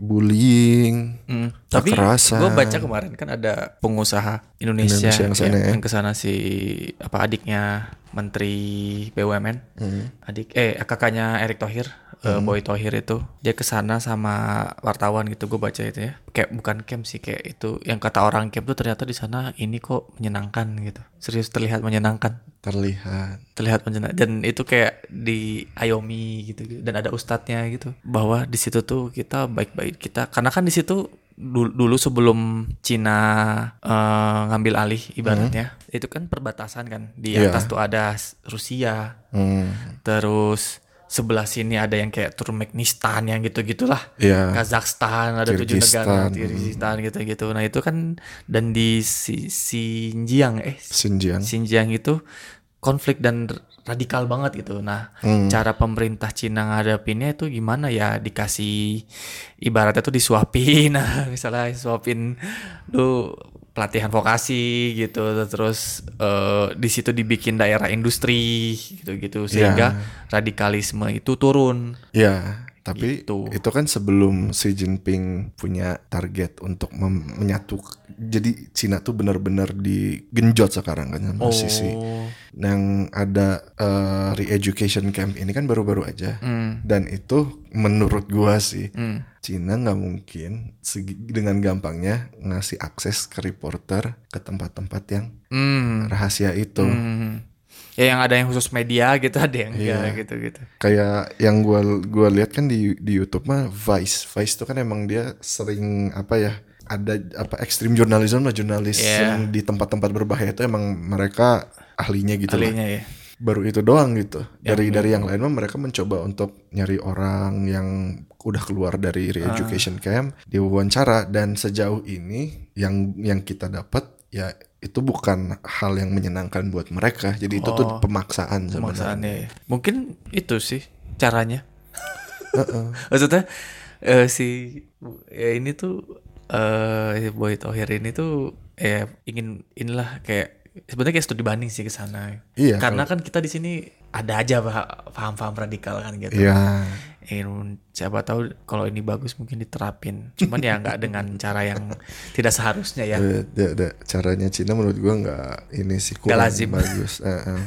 [SPEAKER 1] bullying
[SPEAKER 2] Hmm. Tapi
[SPEAKER 1] Kekerasan.
[SPEAKER 2] gue baca kemarin kan ada pengusaha Indonesia,
[SPEAKER 1] Indonesia yang sana ya.
[SPEAKER 2] yang kesana si apa adiknya Menteri BUMN,
[SPEAKER 1] Hmm.
[SPEAKER 2] adik eh kakaknya Erick Thohir, eh, Boy Thohir itu dia kesana sama wartawan gitu gue baca itu ya, kayak bukan camp sih kayak itu yang kata orang camp tuh ternyata di sana ini kok menyenangkan gitu, serius terlihat menyenangkan
[SPEAKER 1] terlihat
[SPEAKER 2] terlihat menyenangkan dan itu kayak di Ayomi gitu dan ada ustadznya gitu bahwa di situ tuh kita baik-baik kita karena kan di situ dul- dulu, sebelum Cina eh, ngambil alih ibaratnya itu kan perbatasan kan di
[SPEAKER 1] Iya.
[SPEAKER 2] atas tuh ada S- Rusia
[SPEAKER 1] hmm.
[SPEAKER 2] terus sebelah sini ada yang kayak Turkmenistan yang gitu-gitulah
[SPEAKER 1] ya
[SPEAKER 2] Kazakhstan ada tujuh negara
[SPEAKER 1] Kyrgyzstan.
[SPEAKER 2] Kyrgyzstan gitu-gitu nah itu kan dan di si Xinjiang eh
[SPEAKER 1] Xinjiang
[SPEAKER 2] Xinjiang itu konflik dan r- radikal banget gitu. Nah,
[SPEAKER 1] Hmm.
[SPEAKER 2] cara pemerintah Cina ngadapinnya itu gimana ya? Dikasih ibaratnya tuh disuapin, nah, misalnya disuapin lu pelatihan vokasi gitu, terus eh, di situ dibikin daerah industri gitu-gitu
[SPEAKER 1] Iya.
[SPEAKER 2] sehingga radikalisme itu turun.
[SPEAKER 1] Ya, tapi
[SPEAKER 2] Gitu.
[SPEAKER 1] itu kan sebelum Xi Jinping punya target untuk mem- menyatu. Jadi Cina tuh benar-benar digenjot sekarang kan sama
[SPEAKER 2] Oh.
[SPEAKER 1] sisi. Yang ada eh, re-education camp ini kan baru-baru aja.
[SPEAKER 2] Hmm.
[SPEAKER 1] Dan itu menurut gua sih
[SPEAKER 2] Hmm.
[SPEAKER 1] Cina nggak mungkin segi- dengan gampangnya ngasih akses ke reporter ke tempat-tempat yang
[SPEAKER 2] Hmm.
[SPEAKER 1] rahasia itu.
[SPEAKER 2] Hmm. Ya yang ada yang khusus media gitu, ada yang enggak
[SPEAKER 1] Iya.
[SPEAKER 2] gitu-gitu.
[SPEAKER 1] kayak yang gua gua lihat kan di di YouTube mah Vice. Vice itu kan emang dia sering apa ya? ada apa ekstrim jurnalisme lah jurnalis
[SPEAKER 2] Yeah.
[SPEAKER 1] yang di tempat-tempat berbahaya itu emang mereka ahlinya gitu lah.
[SPEAKER 2] Alinya ya.
[SPEAKER 1] baru itu doang gitu. Dari dari yang lain mah mereka mencoba untuk nyari orang yang udah keluar dari re-education camp, diwawancara dan sejauh ini yang yang kita dapat ya itu bukan hal yang menyenangkan buat mereka. Jadi itu tuh
[SPEAKER 2] Oh.
[SPEAKER 1] pemaksaan sebenarnya.
[SPEAKER 2] Pemaksaannya ya. Mungkin itu sih caranya. Maksudnya eh, si ya ini tuh eh Boy Tohir ini tuh eh ingin inilah kayak sebenarnya kayak studi banding sih ke sana.
[SPEAKER 1] Iya,
[SPEAKER 2] Karena kan kita di sini ada aja pa- paham-paham radikal kan gitu.
[SPEAKER 1] Iya.
[SPEAKER 2] Ingin siapa tahu kalau ini bagus mungkin diterapin. Cuman ya nggak dengan cara yang tidak seharusnya ya.
[SPEAKER 1] Eh, da- da- caranya Cina menurut gua nggak ini sih kurang
[SPEAKER 2] lazim.
[SPEAKER 1] bagus. Eh, eh.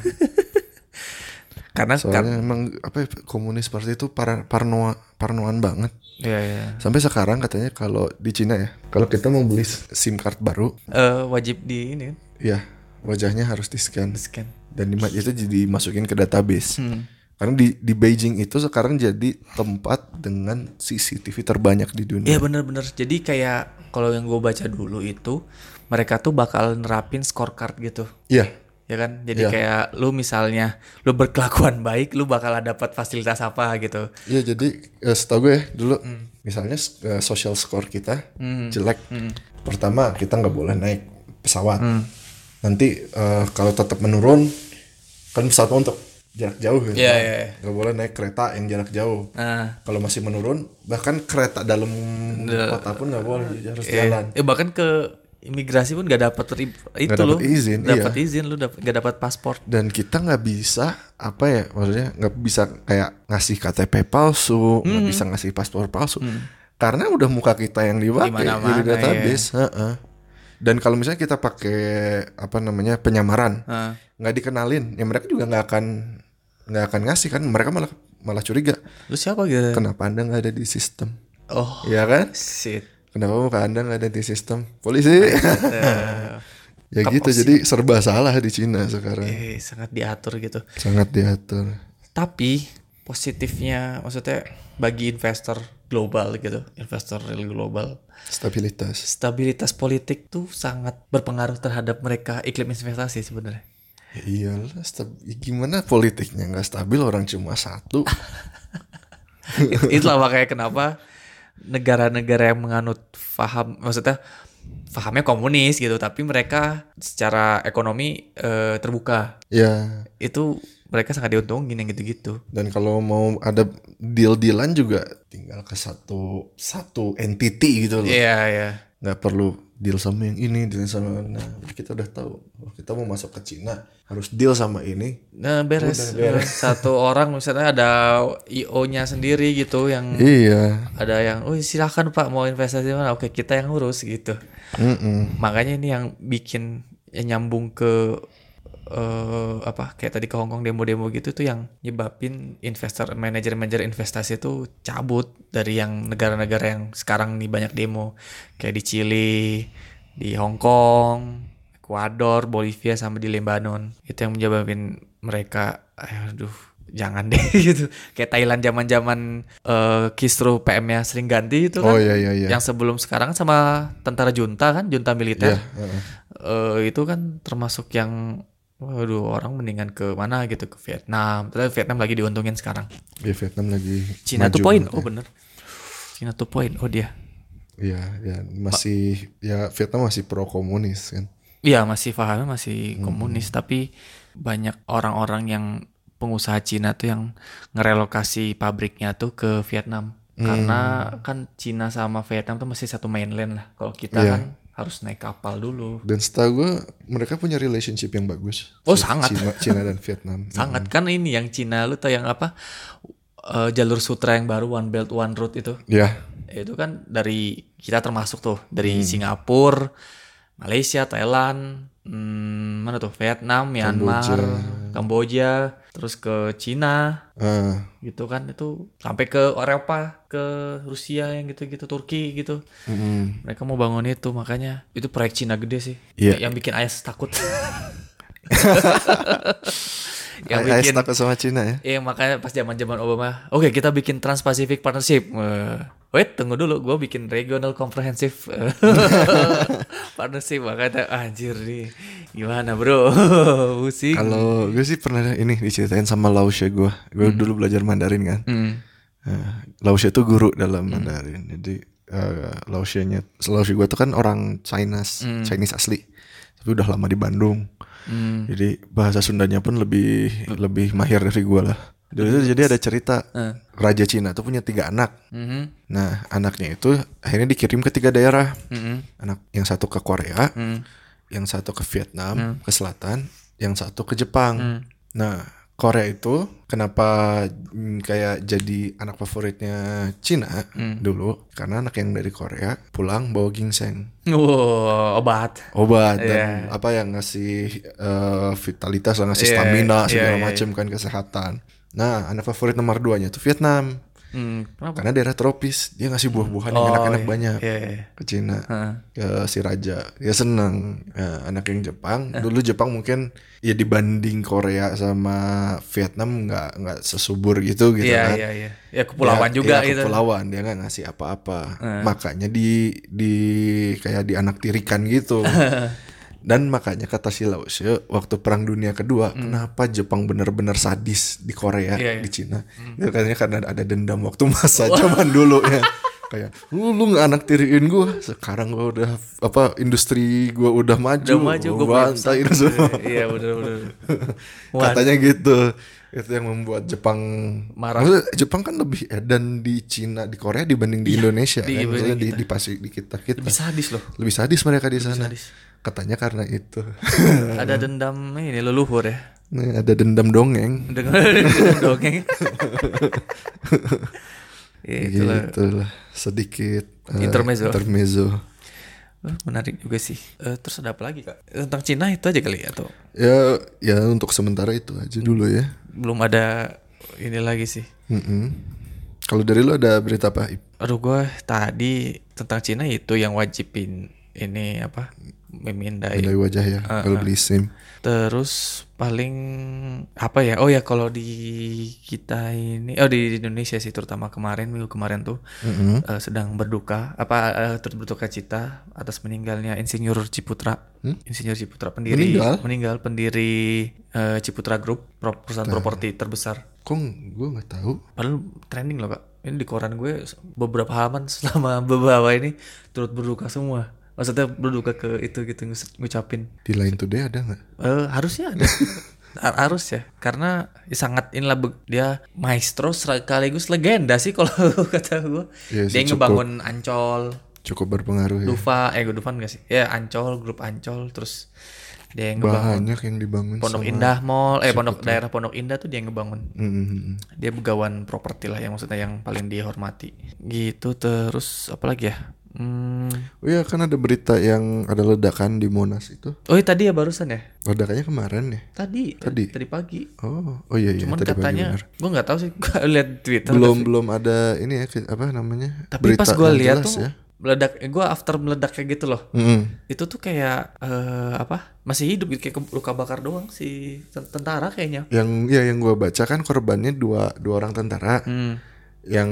[SPEAKER 2] Karena kan
[SPEAKER 1] Soalnya emang apa ya, komunis seperti itu para parnoa parnoan banget.
[SPEAKER 2] ya, ya.
[SPEAKER 1] Sampai sekarang katanya kalau di Cina ya, kalau kita mau beli SIM card baru,
[SPEAKER 2] Eh, wajib di ini kan,
[SPEAKER 1] ya wajahnya harus di scan
[SPEAKER 2] scan.
[SPEAKER 1] dan dima- itu jadi masukin ke database.
[SPEAKER 2] Hmm.
[SPEAKER 1] Karena di di Beijing itu sekarang jadi tempat dengan CCTV terbanyak di dunia.
[SPEAKER 2] Iya bener-bener. Jadi kayak kalau yang gue baca dulu itu mereka tuh bakal nerapin scorecard gitu.
[SPEAKER 1] Iya.
[SPEAKER 2] Ya kan? Jadi
[SPEAKER 1] Iya.
[SPEAKER 2] kayak lu misalnya lu berkelakuan baik, lu bakal dapat fasilitas apa gitu.
[SPEAKER 1] Iya jadi eh, setahu gue ya dulu
[SPEAKER 2] Hmm.
[SPEAKER 1] misalnya eh, social score kita jelek. Pertama kita nggak boleh naik pesawat.
[SPEAKER 2] Hmm.
[SPEAKER 1] Nanti eh, kalau tetap menurun kan pesawat untuk jarak jauh gitu.
[SPEAKER 2] Iya, iya, iya.
[SPEAKER 1] Nggak boleh naik kereta yang jarak jauh.
[SPEAKER 2] Nah,
[SPEAKER 1] Kalau masih menurun bahkan kereta dalam kota pun nggak boleh jadi harus jalan.
[SPEAKER 2] eh bahkan ke imigrasi pun gak dapat ri- itu
[SPEAKER 1] Nggak
[SPEAKER 2] lu.
[SPEAKER 1] dapet izin, iya.
[SPEAKER 2] Dapat izin lu dap- gak dapat paspor.
[SPEAKER 1] Dan kita nggak bisa apa ya maksudnya nggak bisa kayak ngasih KTP palsu, nggak
[SPEAKER 2] Hmm.
[SPEAKER 1] bisa ngasih paspor palsu. Karena udah muka kita yang dipakai
[SPEAKER 2] Dimana-mana,
[SPEAKER 1] jadi database. heeh. Dan kalau misalnya kita pakai apa namanya penyamaran,
[SPEAKER 2] Heeh.
[SPEAKER 1] nggak dikenalin, ya mereka juga nggak akan nggak akan ngasih kan? Mereka malah malah curiga.
[SPEAKER 2] Lu siapa gitu?
[SPEAKER 1] Kenapa anda nggak ada di sistem?
[SPEAKER 2] Oh,
[SPEAKER 1] Iya kan?
[SPEAKER 2] shit.
[SPEAKER 1] Kenapa muka anda nggak ada di sistem? Polisi.
[SPEAKER 2] Eh,
[SPEAKER 1] ya gitu. Jadi serba salah di Cina sekarang.
[SPEAKER 2] eh, sangat diatur gitu.
[SPEAKER 1] Sangat diatur.
[SPEAKER 2] Tapi positifnya maksudnya bagi investor global gitu, investor real global,
[SPEAKER 1] Stabilitas.
[SPEAKER 2] stabilitas politik tuh sangat berpengaruh terhadap mereka iklim investasi sebenarnya.
[SPEAKER 1] Ya Iyalah, stab- ya gimana politiknya nggak stabil orang cuma satu.
[SPEAKER 2] It- Itulah makanya kenapa negara-negara yang menganut paham maksudnya pahamnya komunis gitu, tapi mereka secara ekonomi eh, terbuka.
[SPEAKER 1] ya,
[SPEAKER 2] Itu mereka sangat diuntungin yang gitu-gitu.
[SPEAKER 1] dan kalau mau ada deal-dealan juga tinggal ke satu satu entity gitu loh.
[SPEAKER 2] Iya, iya.
[SPEAKER 1] Nggak perlu deal sama yang ini, deal sama yang nah, kita udah tahu. oh, kita mau masuk ke Cina harus deal sama ini.
[SPEAKER 2] Nah, beres. Satu orang misalnya ada IO-nya sendiri gitu yang
[SPEAKER 1] Iya.
[SPEAKER 2] ada yang, oh silahkan pak mau investasi mana, oke kita yang ngurus gitu.
[SPEAKER 1] Mm-mm.
[SPEAKER 2] Makanya ini yang bikin yang nyambung ke eh apa kayak tadi ke Hongkong demo-demo gitu tuh yang nyebabin investor manajer-manajer investasi itu cabut dari yang negara-negara yang sekarang nih banyak demo kayak di Chili, di Hongkong, Ekuador, Bolivia sama di Lebanon itu yang menyebabin mereka aduh jangan deh gitu kayak Thailand zaman-zaman eh kistro PM-nya sering ganti itu kan
[SPEAKER 1] Oh iya iya iya.
[SPEAKER 2] yang sebelum sekarang kan sama tentara junta kan junta militer
[SPEAKER 1] Iya, heeh.
[SPEAKER 2] Eh, itu kan termasuk yang waduh orang mendingan ke mana gitu ke Vietnam terus Vietnam lagi diuntungin sekarang
[SPEAKER 1] Ya, Vietnam lagi maju
[SPEAKER 2] Cina tuh poin
[SPEAKER 1] banget
[SPEAKER 2] oh
[SPEAKER 1] ya.
[SPEAKER 2] bener Cina tuh poin oh dia
[SPEAKER 1] Iya, ya, masih ya Vietnam masih pro komunis kan.
[SPEAKER 2] Iya masih pahamnya masih komunis tapi banyak orang-orang yang pengusaha Cina tuh yang ngerelokasi pabriknya tuh ke Vietnam karena kan Cina sama Vietnam tuh masih satu mainland lah kalau kita
[SPEAKER 1] Iya.
[SPEAKER 2] kan harus naik kapal dulu
[SPEAKER 1] Dan setahu gue mereka punya relationship yang bagus.
[SPEAKER 2] Oh,
[SPEAKER 1] Si-
[SPEAKER 2] sangat.
[SPEAKER 1] Cina, Cina dan Vietnam.
[SPEAKER 2] sangat kan ini yang Cina lu tau yang apa eh, jalur sutra yang baru One Belt One Road itu
[SPEAKER 1] Ya,
[SPEAKER 2] itu kan dari kita termasuk tuh dari Singapura, Malaysia, Thailand, hmm, mana tuh Vietnam, Myanmar, Kamboja. terus ke Cina
[SPEAKER 1] eh,
[SPEAKER 2] gitu kan itu sampai ke Eropa, ke Rusia yang gitu-gitu, Turki gitu.
[SPEAKER 1] mm-mm.
[SPEAKER 2] Mereka mau bangun itu makanya itu proyek Cina gede sih.
[SPEAKER 1] Iya.
[SPEAKER 2] Yang bikin ayah takut. yang
[SPEAKER 1] I, I
[SPEAKER 2] bikin
[SPEAKER 1] stuck sama Cina ya.
[SPEAKER 2] Iya makanya pas zaman zaman Obama, oke kita bikin Trans-Pacific Partnership. Eh, wait tunggu dulu, gue bikin Regional Comprehensive eh, Partnership. Makanya ah, anjir nih, gimana bro? Pusing.
[SPEAKER 1] Kalau gue sih pernah ada- ini diceritain sama Laushe gue. Gue dulu belajar Mandarin kan.
[SPEAKER 2] Hmm.
[SPEAKER 1] Nah, Laushe itu guru dalam Mandarin. Jadi eh Laushe-nya, Laushe gue tuh kan orang Chinese, Chinese asli. Tapi udah lama di Bandung.
[SPEAKER 2] Hmm.
[SPEAKER 1] Jadi bahasa Sundanya pun lebih lebih mahir dari gue lah. Dulu itu jadi ada cerita
[SPEAKER 2] Eh.
[SPEAKER 1] Raja Cina tuh punya tiga anak.
[SPEAKER 2] Mhm.
[SPEAKER 1] Nah anaknya itu akhirnya dikirim ke tiga daerah.
[SPEAKER 2] Mhm.
[SPEAKER 1] Anak yang satu ke Korea,
[SPEAKER 2] Hmm.
[SPEAKER 1] yang satu ke Vietnam,
[SPEAKER 2] Mm.
[SPEAKER 1] ke selatan, yang satu ke Jepang. Nah, Korea itu kenapa mm, kayak jadi anak favoritnya Cina
[SPEAKER 2] Mm.
[SPEAKER 1] dulu? Karena anak yang dari Korea pulang bawa ginseng,
[SPEAKER 2] Wow, obat.
[SPEAKER 1] obat
[SPEAKER 2] Iya.
[SPEAKER 1] dan apa yang ngasih eh, vitalitas lah, ngasih
[SPEAKER 2] Iya,
[SPEAKER 1] stamina
[SPEAKER 2] iya,
[SPEAKER 1] segala
[SPEAKER 2] iya, iya.
[SPEAKER 1] macam kan kesehatan. Nah, anak favorit nomor duanya tuh Vietnam.
[SPEAKER 2] Hmm. Kenapa?
[SPEAKER 1] Oh. Karena daerah tropis, dia ngasih buah-buahan yang
[SPEAKER 2] Oh,
[SPEAKER 1] enak-enak
[SPEAKER 2] iya,
[SPEAKER 1] banyak
[SPEAKER 2] iya, iya.
[SPEAKER 1] ke Cina
[SPEAKER 2] Heeh.
[SPEAKER 1] ke si raja dia senang Nah, anak yang Jepang dulu Jepang mungkin ya dibanding Korea sama Vietnam nggak nggak sesubur gitu gitu
[SPEAKER 2] Iya
[SPEAKER 1] kan
[SPEAKER 2] iya iya. Ya
[SPEAKER 1] Dia-
[SPEAKER 2] kepulauan juga
[SPEAKER 1] iya,
[SPEAKER 2] gitu. Nah.
[SPEAKER 1] kepulauan dia nggak ngasih apa-apa makanya di di kayak dianaktirikan gitu dan makanya kata si Laoshe waktu perang dunia kedua kenapa Jepang benar-benar sadis di Korea
[SPEAKER 2] Hmm. Iya, iya.
[SPEAKER 1] di Cina itu katanya karena ada dendam waktu masa zaman dulu ya kayak lu lu nggak anak tiriin gue sekarang gue udah apa industri gue udah maju
[SPEAKER 2] Udah maju
[SPEAKER 1] gua
[SPEAKER 2] gue
[SPEAKER 1] bantai itu semua
[SPEAKER 2] Iya bener bener. Wah,
[SPEAKER 1] katanya gitu itu yang membuat Jepang
[SPEAKER 2] Marah.
[SPEAKER 1] Maksudnya Jepang kan lebih edan di Cina di Korea dibanding di Indonesia
[SPEAKER 2] Iya, di-
[SPEAKER 1] kan? Maksudnya di
[SPEAKER 2] kita.
[SPEAKER 1] di pasi- di kita kita
[SPEAKER 2] lebih sadis loh.
[SPEAKER 1] lebih sadis mereka di sana
[SPEAKER 2] sadis.
[SPEAKER 1] katanya karena itu
[SPEAKER 2] Ada dendam ini leluhur ya.
[SPEAKER 1] Nih, ada dendam dongeng
[SPEAKER 2] Dengar dongeng. ya,
[SPEAKER 1] Gitu.
[SPEAKER 2] itulah.
[SPEAKER 1] Gitulah, sedikit eh,
[SPEAKER 2] Intermezzo.
[SPEAKER 1] intermezzo.
[SPEAKER 2] Wah, menarik juga sih. Eh, terus ada apa lagi kak? Tentang Cina itu aja kali ya? atau
[SPEAKER 1] ya ya untuk sementara itu aja dulu ya
[SPEAKER 2] belum ada ini lagi sih?
[SPEAKER 1] Mm-mm. kalau dari lu ada berita apa Ip?
[SPEAKER 2] Aduh gue tadi tentang Cina itu yang wajibin ini apa memindai
[SPEAKER 1] dari wajah ya
[SPEAKER 2] Ah,
[SPEAKER 1] kalau beli sim
[SPEAKER 2] Terus paling apa ya? Oh ya kalau di kita ini, oh di Indonesia sih terutama kemarin minggu kemarin tuh
[SPEAKER 1] Mm-mm.
[SPEAKER 2] eh, sedang berduka apa eh, turut berduka cita atas meninggalnya Insinyur Ciputra, Insinyur Ciputra pendiri
[SPEAKER 1] Meninggal?
[SPEAKER 2] pendiri eh, Ciputra Group pro- perusahaan properti terbesar.
[SPEAKER 1] kok gue nggak tahu
[SPEAKER 2] Padahal trending loh kak. Ini di koran gue beberapa halaman selama beberapa ini turut berduka semua. Maksudnya berduka ke itu gitu ngus- ngucapin.
[SPEAKER 1] di line today ada nggak
[SPEAKER 2] Eh, harusnya ada. Har- harus ya karena sangat inilah be- dia maestro sekaligus legenda sih kalau kata gue
[SPEAKER 1] Iya sih,
[SPEAKER 2] dia
[SPEAKER 1] cukup. Iya.
[SPEAKER 2] ngebangun ancol
[SPEAKER 1] cukup berpengaruh ya
[SPEAKER 2] dufa eh dufan gak sih ya ancol grup ancol terus dia yang ngebangun
[SPEAKER 1] banyak yang dibangun sama-
[SPEAKER 2] pondok
[SPEAKER 1] Mm,
[SPEAKER 2] indah mall eh pondok daerah pondok indah tuh dia yang ngebangun
[SPEAKER 1] Mm-mm.
[SPEAKER 2] dia begawan properti lah yang maksudnya yang paling dihormati gitu terus apalagi ya hmm.
[SPEAKER 1] oh iya kan ada berita yang ada ledakan di Monas itu
[SPEAKER 2] oh iya, tadi ya barusan ya
[SPEAKER 1] ledakannya kemarin ya
[SPEAKER 2] tadi eh,
[SPEAKER 1] Tadi.
[SPEAKER 2] tadi pagi
[SPEAKER 1] oh oh iya iya
[SPEAKER 2] cuman
[SPEAKER 1] tadi pagi
[SPEAKER 2] katanya
[SPEAKER 1] benar.
[SPEAKER 2] gue nggak tahu sih gue lihat twitter
[SPEAKER 1] belum belum ada ini ya ke- apa namanya
[SPEAKER 2] tapi pas gue
[SPEAKER 1] yang
[SPEAKER 2] lihat
[SPEAKER 1] jelas ya. Mm,
[SPEAKER 2] tuh meledak gue after meledaknya gitu loh
[SPEAKER 1] Mm-mm.
[SPEAKER 2] itu tuh kayak eh, apa masih hidup gitu, kayak ke- luka bakar doang si ten- tentara kayaknya
[SPEAKER 1] yang ya yang gue baca kan korbannya dua dua orang tentara
[SPEAKER 2] hmm.
[SPEAKER 1] yang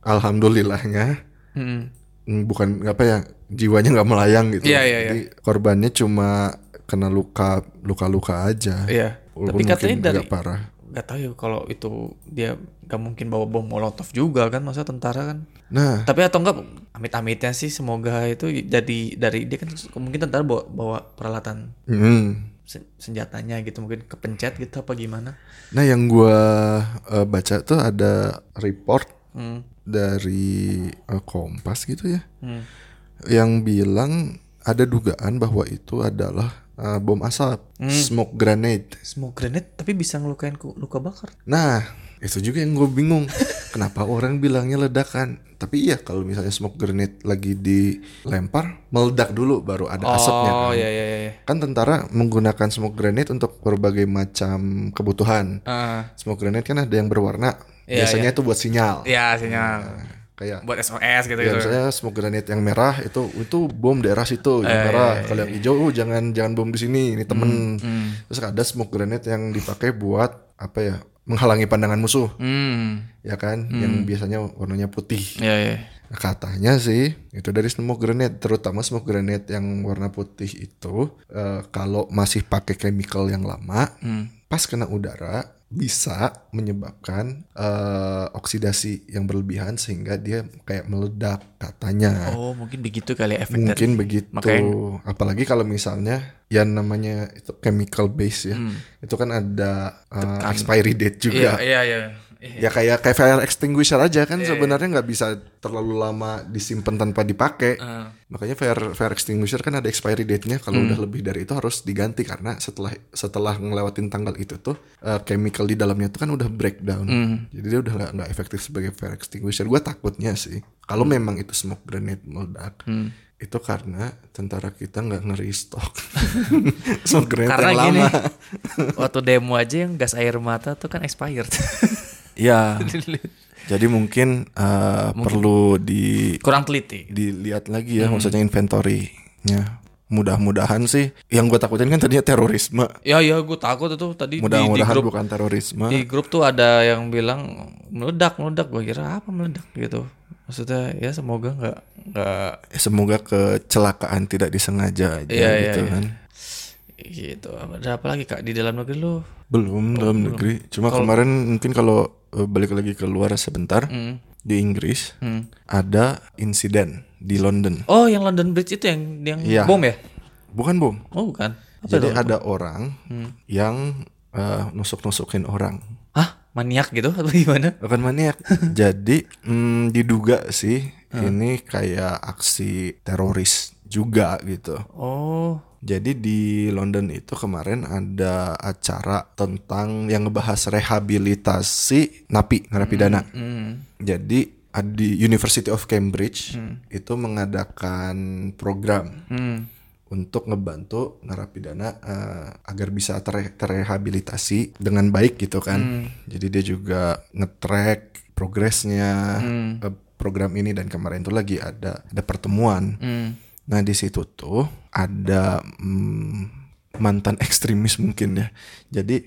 [SPEAKER 1] alhamdulillahnya
[SPEAKER 2] Hmm.
[SPEAKER 1] mm, bukan apa ya jiwanya nggak melayang gitu
[SPEAKER 2] Iya, iya,
[SPEAKER 1] jadi korbannya cuma kena luka luka luka aja
[SPEAKER 2] iya tapi
[SPEAKER 1] Walaupun
[SPEAKER 2] katanya
[SPEAKER 1] mungkin
[SPEAKER 2] dari
[SPEAKER 1] agak parah
[SPEAKER 2] nggak tahu ya kalau itu dia nggak mungkin bawa bom molotov juga kan masa tentara kan
[SPEAKER 1] nah
[SPEAKER 2] tapi atau enggak amit-amitnya sih semoga itu jadi dari dia kan mungkin tentara bawa, bawa peralatan
[SPEAKER 1] mm.
[SPEAKER 2] sen- senjatanya gitu mungkin kepencet gitu apa gimana
[SPEAKER 1] Nah, yang gua eh, baca tuh ada report
[SPEAKER 2] Hmm.
[SPEAKER 1] dari eh, Kompas gitu ya,
[SPEAKER 2] Hmm.
[SPEAKER 1] yang bilang ada dugaan bahwa itu adalah eh, bom asap,
[SPEAKER 2] Hmm.
[SPEAKER 1] smoke grenade.
[SPEAKER 2] smoke grenade tapi bisa ngelukain ku- luka bakar
[SPEAKER 1] Nah, itu juga yang gue bingung. Kenapa orang bilangnya ledakan? Tapi iya, kalau misalnya smoke grenade lagi dilempar, meledak dulu baru ada asapnya.
[SPEAKER 2] oh
[SPEAKER 1] kan.
[SPEAKER 2] ya ya ya
[SPEAKER 1] Kan tentara menggunakan smoke grenade untuk berbagai macam kebutuhan.
[SPEAKER 2] Ah,
[SPEAKER 1] Smoke grenade kan ada yang berwarna.
[SPEAKER 2] Iya,
[SPEAKER 1] Biasanya itu buat sinyal.
[SPEAKER 2] ya sinyal
[SPEAKER 1] Nah, kayak
[SPEAKER 2] buat SOS gitu
[SPEAKER 1] Ya,
[SPEAKER 2] gitu.
[SPEAKER 1] misalnya smoke granate yang merah itu itu bom daerah situ yang
[SPEAKER 2] Eh,
[SPEAKER 1] merah.
[SPEAKER 2] iya, Hmm.
[SPEAKER 1] Kalau yang hijau oh, jangan jangan bom di sini, ini temen. Terus ada smoke granate yang dipakai buat apa ya? menghalangi pandangan musuh,
[SPEAKER 2] Hmm.
[SPEAKER 1] ya kan? Yang biasanya warnanya putih.
[SPEAKER 2] Ya ya.
[SPEAKER 1] Nah, katanya sih itu dari smoke granate, terutama smoke granate yang warna putih itu eh, kalau masih pakai chemical yang lama,
[SPEAKER 2] Hmm.
[SPEAKER 1] pas kena udara bisa menyebabkan eh, oksidasi yang berlebihan sehingga dia kayak meledak katanya.
[SPEAKER 2] Oh, mungkin begitu kali efeknya.
[SPEAKER 1] Nah. mungkin begitu
[SPEAKER 2] Makanya-
[SPEAKER 1] apalagi kalau misalnya ya namanya itu chemical base ya
[SPEAKER 2] Hmm.
[SPEAKER 1] itu kan ada uh,
[SPEAKER 2] Tekan.
[SPEAKER 1] expiry date
[SPEAKER 2] Iya,
[SPEAKER 1] juga
[SPEAKER 2] iya, iya. Iya.
[SPEAKER 1] ya kayak kayak fire extinguisher aja kan
[SPEAKER 2] Iya,
[SPEAKER 1] sebenarnya nggak bisa terlalu lama disimpan tanpa dipakai
[SPEAKER 2] Eh,
[SPEAKER 1] makanya fire fire extinguisher kan ada expiry date-nya kalau
[SPEAKER 2] Hmm.
[SPEAKER 1] udah lebih dari itu harus diganti karena setelah setelah ngelewatin tanggal itu tuh uh, chemical di dalamnya tuh kan udah breakdown
[SPEAKER 2] Hmm.
[SPEAKER 1] jadi dia udah nggak- nggak efektif sebagai fire extinguisher gue takutnya sih kalau memang itu smoke grenade meledak
[SPEAKER 2] hmm.
[SPEAKER 1] itu karena tentara kita nggak ngeri stok stok granat
[SPEAKER 2] Karena
[SPEAKER 1] yang
[SPEAKER 2] gini,
[SPEAKER 1] lama
[SPEAKER 2] waktu demo aja yang gas air mata tuh kan expired.
[SPEAKER 1] ya jadi mungkin, eh, perlu di
[SPEAKER 2] Kurang teliti.
[SPEAKER 1] dilihat lagi ya
[SPEAKER 2] Hmm.
[SPEAKER 1] maksudnya inventory-nya mudah-mudahan sih yang gue takutin kan tadinya terorisme
[SPEAKER 2] Ya ya, gue takut itu tadi di, Iya. di
[SPEAKER 1] mudah-mudahan
[SPEAKER 2] grup
[SPEAKER 1] bukan terorisme
[SPEAKER 2] di grup tuh ada yang bilang meledak meledak gue kira apa meledak gitu maksudnya ya semoga nggak nggak
[SPEAKER 1] semoga kecelakaan tidak disengaja aja
[SPEAKER 2] Iya, iya,
[SPEAKER 1] gitu
[SPEAKER 2] iya.
[SPEAKER 1] kan
[SPEAKER 2] gitu ada apa lagi kak di dalam negeri lu
[SPEAKER 1] belum dalam negeri cuma kemarin mungkin kalau eh, balik lagi ke luar sebentar
[SPEAKER 2] Hmm,
[SPEAKER 1] di Inggris
[SPEAKER 2] hmm.
[SPEAKER 1] ada insiden di London
[SPEAKER 2] oh yang London Bridge itu yang yang
[SPEAKER 1] Iya.
[SPEAKER 2] bom ya
[SPEAKER 1] bukan bom
[SPEAKER 2] oh bukan apa Hmm.
[SPEAKER 1] Jadi
[SPEAKER 2] itu?
[SPEAKER 1] ada orang yang eh, nusuk-nusukin orang.
[SPEAKER 2] Hah? Maniak gitu atau gimana?
[SPEAKER 1] Bukan maniak. Jadi mm, diduga sih ini kayak aksi teroris juga gitu.
[SPEAKER 2] Oh,
[SPEAKER 1] Jadi di London itu kemarin ada acara tentang yang ngebahas rehabilitasi napi narapidana.
[SPEAKER 2] hmm.
[SPEAKER 1] Jadi ad- di University of Cambridge itu mengadakan program
[SPEAKER 2] Hmm.
[SPEAKER 1] untuk ngebantu narapidana eh, agar bisa tere- terrehabilitasi dengan baik gitu kan. Jadi dia juga nge-track progresnya eh, program ini dan kemarin tuh lagi ada ada pertemuan.
[SPEAKER 2] Hmm.
[SPEAKER 1] Nah, di situ tuh ada mm, mantan ekstremis mungkin ya. Jadi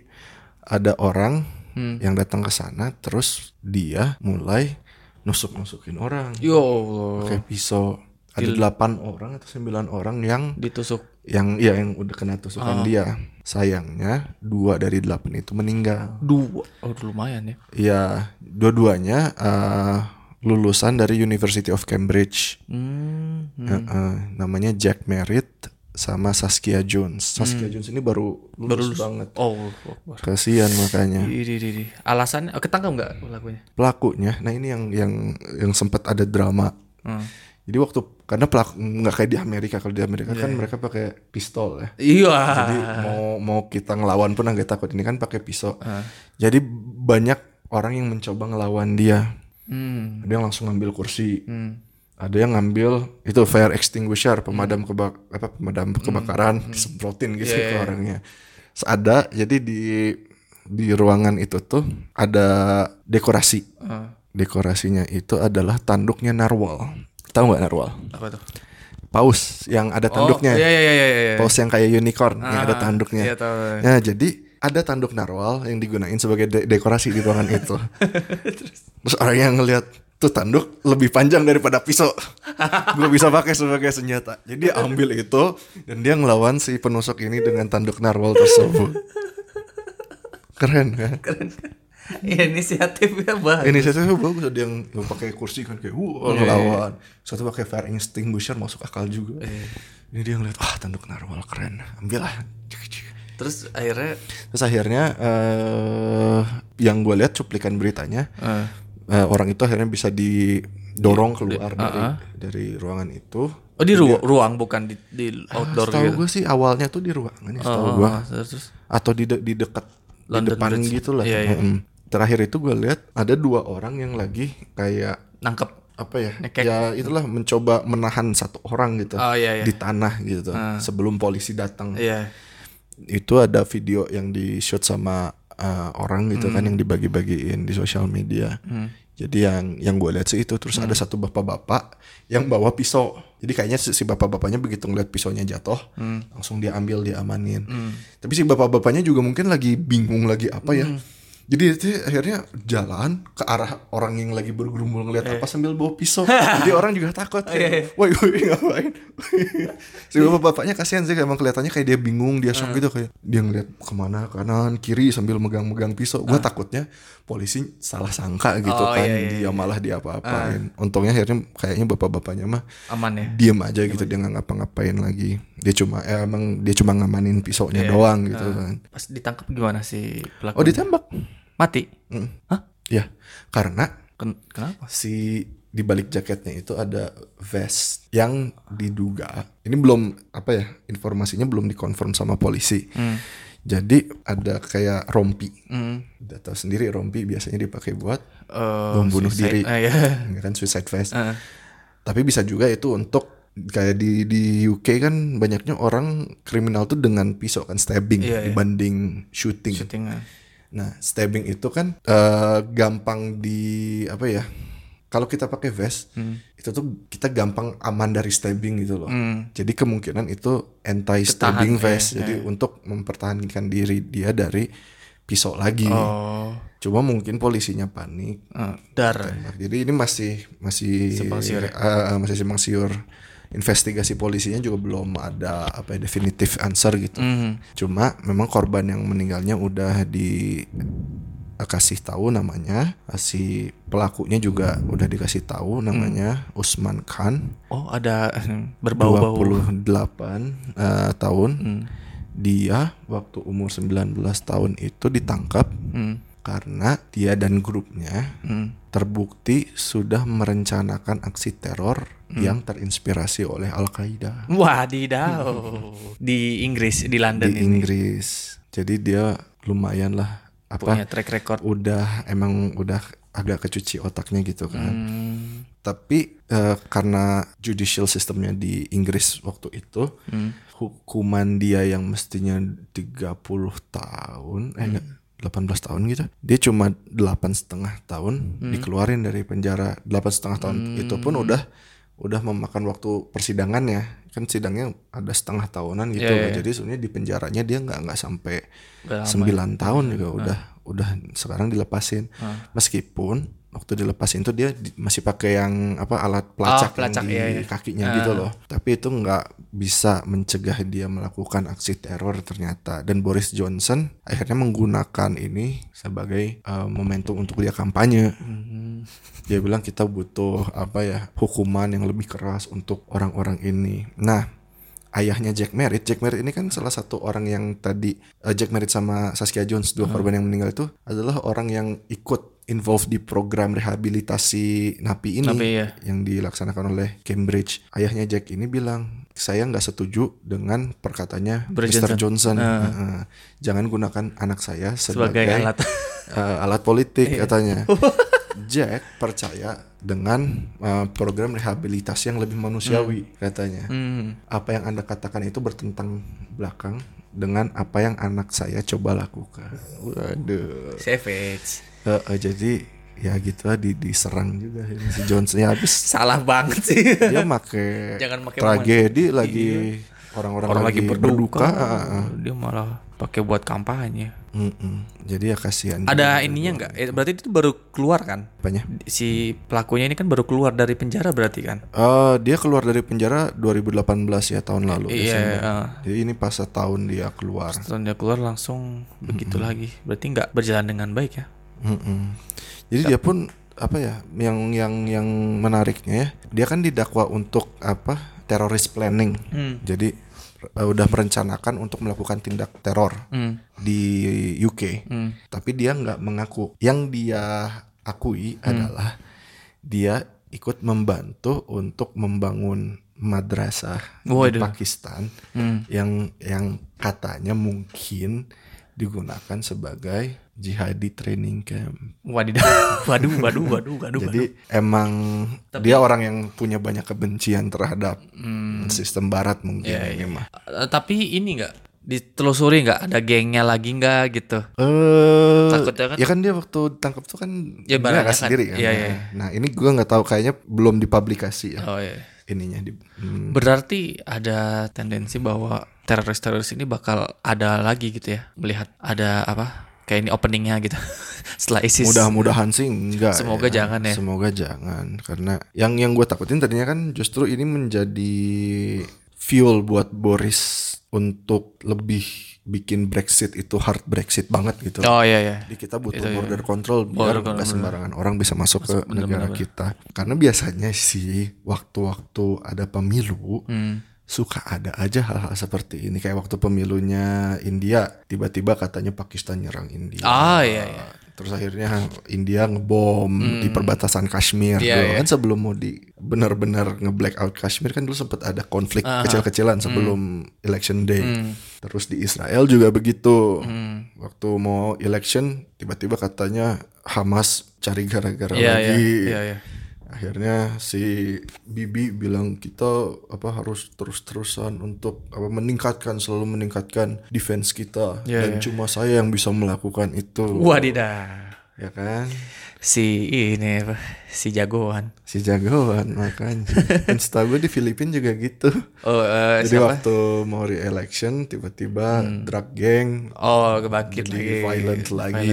[SPEAKER 1] ada orang yang datang ke sana terus dia mulai nusuk-nusukin orang
[SPEAKER 2] Yo Allah.
[SPEAKER 1] pakai pisau. Ada delapan orang atau sembilan orang yang
[SPEAKER 2] Ditusuk.
[SPEAKER 1] yang ya yang udah kena tusukan dia sayangnya dua dari delapan itu meninggal
[SPEAKER 2] Dua. Oh, lumayan ya.
[SPEAKER 1] ya dua-duanya eh, lulusan dari University of Cambridge
[SPEAKER 2] Hmm. hmm.
[SPEAKER 1] Eh, eh, namanya Jack Merritt sama Saskia Jones Saskia Jones ini Hmm. baru lulus, Iya. banget
[SPEAKER 2] Oh, Allahu Akbar.
[SPEAKER 1] kasihan makanya
[SPEAKER 2] Di, di, di, di. Alasannya oh, ketangkap nggak lagunya?
[SPEAKER 1] pelakunya nah ini yang yang yang sempat ada drama
[SPEAKER 2] Hmm.
[SPEAKER 1] jadi waktu karena pelaku nggak kayak di Amerika kalau di Amerika kan mereka pakai pistol ya
[SPEAKER 2] Iya.
[SPEAKER 1] Jadi mau mau kita ngelawan pun agak takut ini kan pakai pisau.
[SPEAKER 2] Ah.
[SPEAKER 1] Jadi banyak orang yang mencoba ngelawan dia.
[SPEAKER 2] Hmm.
[SPEAKER 1] Ada yang langsung ngambil kursi,
[SPEAKER 2] Hmm.
[SPEAKER 1] ada yang ngambil itu fire extinguisher, pemadam
[SPEAKER 2] Hmm.
[SPEAKER 1] kebak apa pemadam kebakaran disemprotin gitu ke orangnya. Terus Ada jadi di di ruangan itu tuh ada dekorasi.
[SPEAKER 2] Ah,
[SPEAKER 1] Dekorasinya itu adalah tanduknya narwal. Tahu nggak narwal?
[SPEAKER 2] apa tuh?
[SPEAKER 1] Paus yang ada
[SPEAKER 2] Oh, iya
[SPEAKER 1] tanduknya.
[SPEAKER 2] iya iya iya. iya.
[SPEAKER 1] Paus yang kayak unicorn yang ada
[SPEAKER 2] Ah,
[SPEAKER 1] tanduknya.
[SPEAKER 2] Iya tahu. tahu.
[SPEAKER 1] Nah, jadi ada tanduk narwal yang digunain sebagai de- dekorasi di ruangan itu. Terus orang yang ngelihat tuh tanduk lebih panjang daripada pisau. Gue bisa pakai sebagai senjata. Jadi dia ambil itu dan dia ngelawan si penusuk ini dengan tanduk narwal tersebut. Keren kan?
[SPEAKER 2] Inisiatifnya bagus.
[SPEAKER 1] Ini saya bagus ada yang yang pakai kursi kan kayak wah ngelawan. Satu pakai fire extinguisher masuk akal juga. Ini dia ngeliat wah tanduk narwal keren. Ambil lah.
[SPEAKER 2] Terus akhirnya
[SPEAKER 1] Terus akhirnya eh yang gue lihat cuplikan beritanya
[SPEAKER 2] eh,
[SPEAKER 1] eh, orang itu akhirnya bisa didorong keluar dari
[SPEAKER 2] ah, ah.
[SPEAKER 1] dari ruangan itu.
[SPEAKER 2] oh di ru- ruang bukan di, di outdoor
[SPEAKER 1] Setahu
[SPEAKER 2] gitu.
[SPEAKER 1] gue sih awalnya tuh di ruangan, ya, setahu
[SPEAKER 2] Oh,
[SPEAKER 1] gue
[SPEAKER 2] terus, terus.
[SPEAKER 1] atau di de- di dekat di
[SPEAKER 2] London
[SPEAKER 1] depan
[SPEAKER 2] Bridge.
[SPEAKER 1] gitu lah.
[SPEAKER 2] Iya, iya.
[SPEAKER 1] Mm. Terakhir itu gue lihat ada dua orang yang lagi kayak
[SPEAKER 2] nangkep.
[SPEAKER 1] apa ya?
[SPEAKER 2] Ngekek.
[SPEAKER 1] Ya itulah mencoba menahan satu orang gitu
[SPEAKER 2] Oh iya Ah. iya.
[SPEAKER 1] di tanah gitu sebelum polisi datang.
[SPEAKER 2] Iya.
[SPEAKER 1] itu ada eh, video yang di shoot sama uh, orang gitu kan yang dibagi-bagiin di sosial media Jadi yang yang gue lihat sih itu terus ada satu bapak-bapak yang bawa pisau. Jadi kayaknya si si bapak-bapaknya begitu ngeliat pisaunya jatuh, langsung dia ambil dia amanin. Tapi si bapak-bapaknya juga mungkin lagi bingung lagi apa ya. Jadi dia akhirnya jalan ke arah orang yang lagi bergerombol ngeliat
[SPEAKER 2] Iya.
[SPEAKER 1] apa sambil bawa pisau. Jadi orang juga takut. Kayak, Woi, woi ngapain? si bapak-bapaknya kasihan sih kayak emang kelihatannya kayak dia bingung, dia
[SPEAKER 2] Hmm.
[SPEAKER 1] shock gitu kayak dia ngeliat kemana kanan kiri sambil megang-megang pisau. Gue takutnya polisi salah sangka gitu
[SPEAKER 2] Hmm. Oh,
[SPEAKER 1] kan
[SPEAKER 2] iya, iya, Ah.
[SPEAKER 1] dia malah diapa-apain. Untungnya akhirnya kayaknya bapak-bapaknya mah
[SPEAKER 2] aman ya
[SPEAKER 1] diem aja gitu dia nggak ngapa-ngapain lagi. Dia cuma eh, emang dia cuma ngamanin pisaunya
[SPEAKER 2] Iya.
[SPEAKER 1] doang gitu kan.
[SPEAKER 2] pas ditangkap gimana sih pelaku
[SPEAKER 1] Oh ditembak?
[SPEAKER 2] mati
[SPEAKER 1] Mm.
[SPEAKER 2] Hah?
[SPEAKER 1] Ya karena
[SPEAKER 2] Ken- kenapa
[SPEAKER 1] si di balik jaketnya itu ada vest yang diduga ini belum apa ya informasinya belum dikonfirm sama polisi
[SPEAKER 2] Hmm.
[SPEAKER 1] jadi ada kayak rompi
[SPEAKER 2] Hmm.
[SPEAKER 1] udah tahu sendiri rompi biasanya dipakai buat
[SPEAKER 2] Eh,
[SPEAKER 1] Bom bunuh diri.
[SPEAKER 2] suicide. Ah, iya.
[SPEAKER 1] ya kan suicide vest
[SPEAKER 2] Heeh.
[SPEAKER 1] tapi bisa juga itu untuk kayak di di UK kan banyaknya orang kriminal tuh dengan pisau kan stabbing
[SPEAKER 2] Iya, iya.
[SPEAKER 1] dibanding shooting.
[SPEAKER 2] Shooting, ah.
[SPEAKER 1] Nah, stabbing itu kan eh, gampang di apa ya? Kalau kita pakai vest, itu tuh kita gampang aman dari stabbing gitu loh.
[SPEAKER 2] Hmm.
[SPEAKER 1] Jadi kemungkinan itu anti stabbing
[SPEAKER 2] Ketahan,
[SPEAKER 1] vest.
[SPEAKER 2] eh,
[SPEAKER 1] Jadi untuk mempertahankan diri dia dari pisau lagi.
[SPEAKER 2] oh
[SPEAKER 1] Cuma mungkin polisinya panik.
[SPEAKER 2] eh, dar
[SPEAKER 1] Tembak. Jadi ini masih masih
[SPEAKER 2] Simpang siur ya?
[SPEAKER 1] eh, eh, masih simpang siur. Investigasi polisinya juga belum ada apa ya, definitif answer gitu.
[SPEAKER 2] Hmm.
[SPEAKER 1] Cuma memang korban yang meninggalnya udah di eh, kasih tahu namanya, Eh, si pelakunya juga udah dikasih tahu
[SPEAKER 2] Hmm.
[SPEAKER 1] namanya Usman Khan,
[SPEAKER 2] oh ada berbau-bau
[SPEAKER 1] 28 eh, tahun.
[SPEAKER 2] Hmm.
[SPEAKER 1] Dia waktu umur 19 tahun itu ditangkap
[SPEAKER 2] Hmm.
[SPEAKER 1] karena dia dan grupnya
[SPEAKER 2] Hmm.
[SPEAKER 1] terbukti sudah merencanakan aksi teror
[SPEAKER 2] Hmm.
[SPEAKER 1] yang terinspirasi oleh Al-Qaeda
[SPEAKER 2] Wadidaw. Di Inggris, di London ya,
[SPEAKER 1] di
[SPEAKER 2] ini.
[SPEAKER 1] Inggris. Jadi dia lumayan lah apa
[SPEAKER 2] Punya track record.
[SPEAKER 1] udah emang udah agak kecuci otaknya gitu kan.
[SPEAKER 2] Hmm.
[SPEAKER 1] Tapi eh, karena judicial sistemnya di Inggris waktu itu
[SPEAKER 2] Hmm.
[SPEAKER 1] hukuman dia yang mestinya 30 tahun eh enggak,
[SPEAKER 2] Hmm.
[SPEAKER 1] 18 tahun gitu. Dia cuma delapan setengah tahun
[SPEAKER 2] Hmm.
[SPEAKER 1] dikeluarin dari penjara. delapan setengah tahun itu pun udah udah memakan waktu persidangannya. Kan sidangnya ada setengah tahunan gitu.
[SPEAKER 2] Iya, iya, iya.
[SPEAKER 1] Jadi sebenarnya di penjaranya dia nggak nggak sampai
[SPEAKER 2] Udah lama. Ah.
[SPEAKER 1] 9 tahun juga udah udah sekarang dilepasin. Meskipun waktu dilepasin itu dia di- masih pakai yang apa alat pelacak,
[SPEAKER 2] Ah, pelacak,
[SPEAKER 1] yang di
[SPEAKER 2] iya, iya.
[SPEAKER 1] kakinya gitu loh. Tapi itu nggak bisa mencegah dia melakukan aksi teror ternyata. Dan Boris Johnson akhirnya menggunakan ini sebagai eh, momentum untuk dia kampanye.
[SPEAKER 2] Hmm.
[SPEAKER 1] Dia bilang kita butuh apa ya hukuman yang lebih keras untuk orang-orang ini. Nah, ayahnya Jack Merritt, Jack Merritt ini kan salah satu orang yang tadi eh, Jack Merritt sama Saskia Jones dua korban yang meninggal itu adalah orang yang ikut involved di program rehabilitasi napi iya. ini
[SPEAKER 2] Tapi ya.
[SPEAKER 1] yang dilaksanakan oleh Cambridge. Ayahnya Jack ini bilang, saya nggak setuju dengan perkatanya
[SPEAKER 2] Bro
[SPEAKER 1] Mr.
[SPEAKER 2] Johnson.
[SPEAKER 1] Johnson.
[SPEAKER 2] Ah.
[SPEAKER 1] Eh, eh, Jangan gunakan anak saya sebagai,
[SPEAKER 2] Sebagai alat.
[SPEAKER 1] eh, alat politik
[SPEAKER 2] Iya.
[SPEAKER 1] katanya. Jack percaya dengan eh, program rehabilitasi yang lebih manusiawi katanya.
[SPEAKER 2] Hmm.
[SPEAKER 1] Apa yang Anda katakan itu bertentang belakang dengan apa yang anak saya coba lakukan. Waduh.
[SPEAKER 2] Savage.
[SPEAKER 1] Eh, eh, jadi ya gitu lah di- diserang juga ini si Johnson ya habis
[SPEAKER 2] Salah banget sih.
[SPEAKER 1] dia make
[SPEAKER 2] Jangan make Iya.
[SPEAKER 1] tragedi lagi orang-orang
[SPEAKER 2] Orang lagi berduka.
[SPEAKER 1] ah, ah, ah.
[SPEAKER 2] Dia malah pakai buat kampanye.
[SPEAKER 1] Mm-mm. jadi ya kasihan
[SPEAKER 2] Ada ininya nggak? Eh, Berarti itu baru keluar kan?
[SPEAKER 1] apanya
[SPEAKER 2] Si pelakunya ini kan baru keluar dari penjara berarti kan?
[SPEAKER 1] Eh, dia keluar dari penjara 2018 ya tahun lalu
[SPEAKER 2] Iya.
[SPEAKER 1] Desember.
[SPEAKER 2] eh.
[SPEAKER 1] jadi ini pas setahun dia keluar
[SPEAKER 2] Setelah dia keluar langsung begitu lagi. Berarti nggak berjalan dengan baik ya?
[SPEAKER 1] Mm-mm. jadi dia pun apa ya yang yang yang menariknya ya dia kan didakwa untuk apa teroris planning
[SPEAKER 2] Hmm.
[SPEAKER 1] jadi eh, udah merencanakan untuk melakukan tindak teror
[SPEAKER 2] Hmm.
[SPEAKER 1] di UK
[SPEAKER 2] Hmm.
[SPEAKER 1] tapi dia nggak mengaku. Yang dia akui
[SPEAKER 2] Hmm.
[SPEAKER 1] adalah dia ikut membantu untuk membangun madrasah di
[SPEAKER 2] Waduh.
[SPEAKER 1] Pakistan
[SPEAKER 2] Hmm.
[SPEAKER 1] yang yang katanya mungkin digunakan sebagai jihadi training camp.
[SPEAKER 2] Wadidaw. Waduh, waduh, waduh, waduh.
[SPEAKER 1] Jadi emang dia orang yang punya banyak kebencian terhadap sistem Barat mungkin
[SPEAKER 2] Hmm. Iya,
[SPEAKER 1] ini mah.
[SPEAKER 2] Eh, tapi ini nggak ditelusuri nggak ada gengnya lagi nggak gitu
[SPEAKER 1] Eh,
[SPEAKER 2] Takutnya kan-
[SPEAKER 1] ya kan dia waktu ditangkap tuh kan dia
[SPEAKER 2] Ya, barangnya
[SPEAKER 1] nggak
[SPEAKER 2] kan.
[SPEAKER 1] sendiri kan.
[SPEAKER 2] Iya, iya.
[SPEAKER 1] Nah ini gue nggak tahu kayaknya belum dipublikasi ya
[SPEAKER 2] oh iya
[SPEAKER 1] ininya di. Hmm.
[SPEAKER 2] berarti ada tendensi bahwa teroris-teroris ini bakal ada lagi gitu ya melihat ada apa kayak ini openingnya gitu setelah ISIS
[SPEAKER 1] Mudah-mudahan sih enggak.
[SPEAKER 2] Semoga jangan ya.
[SPEAKER 1] Semoga jangan karena yang yang gue takutin tadinya kan justru ini menjadi fuel buat Boris untuk lebih bikin Brexit itu hard Brexit banget gitu.
[SPEAKER 2] oh iya iya
[SPEAKER 1] Jadi kita butuh
[SPEAKER 2] Itu ya.
[SPEAKER 1] border control biar
[SPEAKER 2] Border control,
[SPEAKER 1] nggak
[SPEAKER 2] bener.
[SPEAKER 1] sembarangan orang bisa masuk ke
[SPEAKER 2] Masuk, bener,
[SPEAKER 1] negara
[SPEAKER 2] bener,
[SPEAKER 1] kita. Karena biasanya sih waktu-waktu ada pemilu
[SPEAKER 2] Hmm.
[SPEAKER 1] suka ada aja hal-hal seperti ini kayak waktu pemilunya India tiba-tiba katanya Pakistan nyerang India.
[SPEAKER 2] Ah, iya, iya. Hmm.
[SPEAKER 1] Terus akhirnya India ngebom di perbatasan Kashmir
[SPEAKER 2] Iya,
[SPEAKER 1] dulu
[SPEAKER 2] iya.
[SPEAKER 1] kan sebelum mau di benar-benar nge-black out Kashmir kan dulu sempat ada konflik kecil-kecilan sebelum
[SPEAKER 2] Hmm.
[SPEAKER 1] election day. Terus di Israel juga begitu.
[SPEAKER 2] Hmm.
[SPEAKER 1] Waktu mau election tiba-tiba katanya Hamas cari gara-gara
[SPEAKER 2] Iya, iya,
[SPEAKER 1] lagi
[SPEAKER 2] iya, iya.
[SPEAKER 1] akhirnya si Bibi bilang kita apa harus terus-terusan untuk apa meningkatkan selalu meningkatkan defense kita
[SPEAKER 2] Iya,
[SPEAKER 1] dan
[SPEAKER 2] iya.
[SPEAKER 1] cuma saya yang bisa melakukan itu
[SPEAKER 2] wadidah
[SPEAKER 1] ya kan
[SPEAKER 2] si ini apa si jagoan
[SPEAKER 1] si jagoan makanya dan setahu gue di Filipina juga gitu
[SPEAKER 2] oh
[SPEAKER 1] jadi
[SPEAKER 2] eh, siapa Hmm.
[SPEAKER 1] waktu mau re-election tiba-tiba drug gang
[SPEAKER 2] oh
[SPEAKER 1] Jadi
[SPEAKER 2] kebangkit lagi
[SPEAKER 1] violent lagi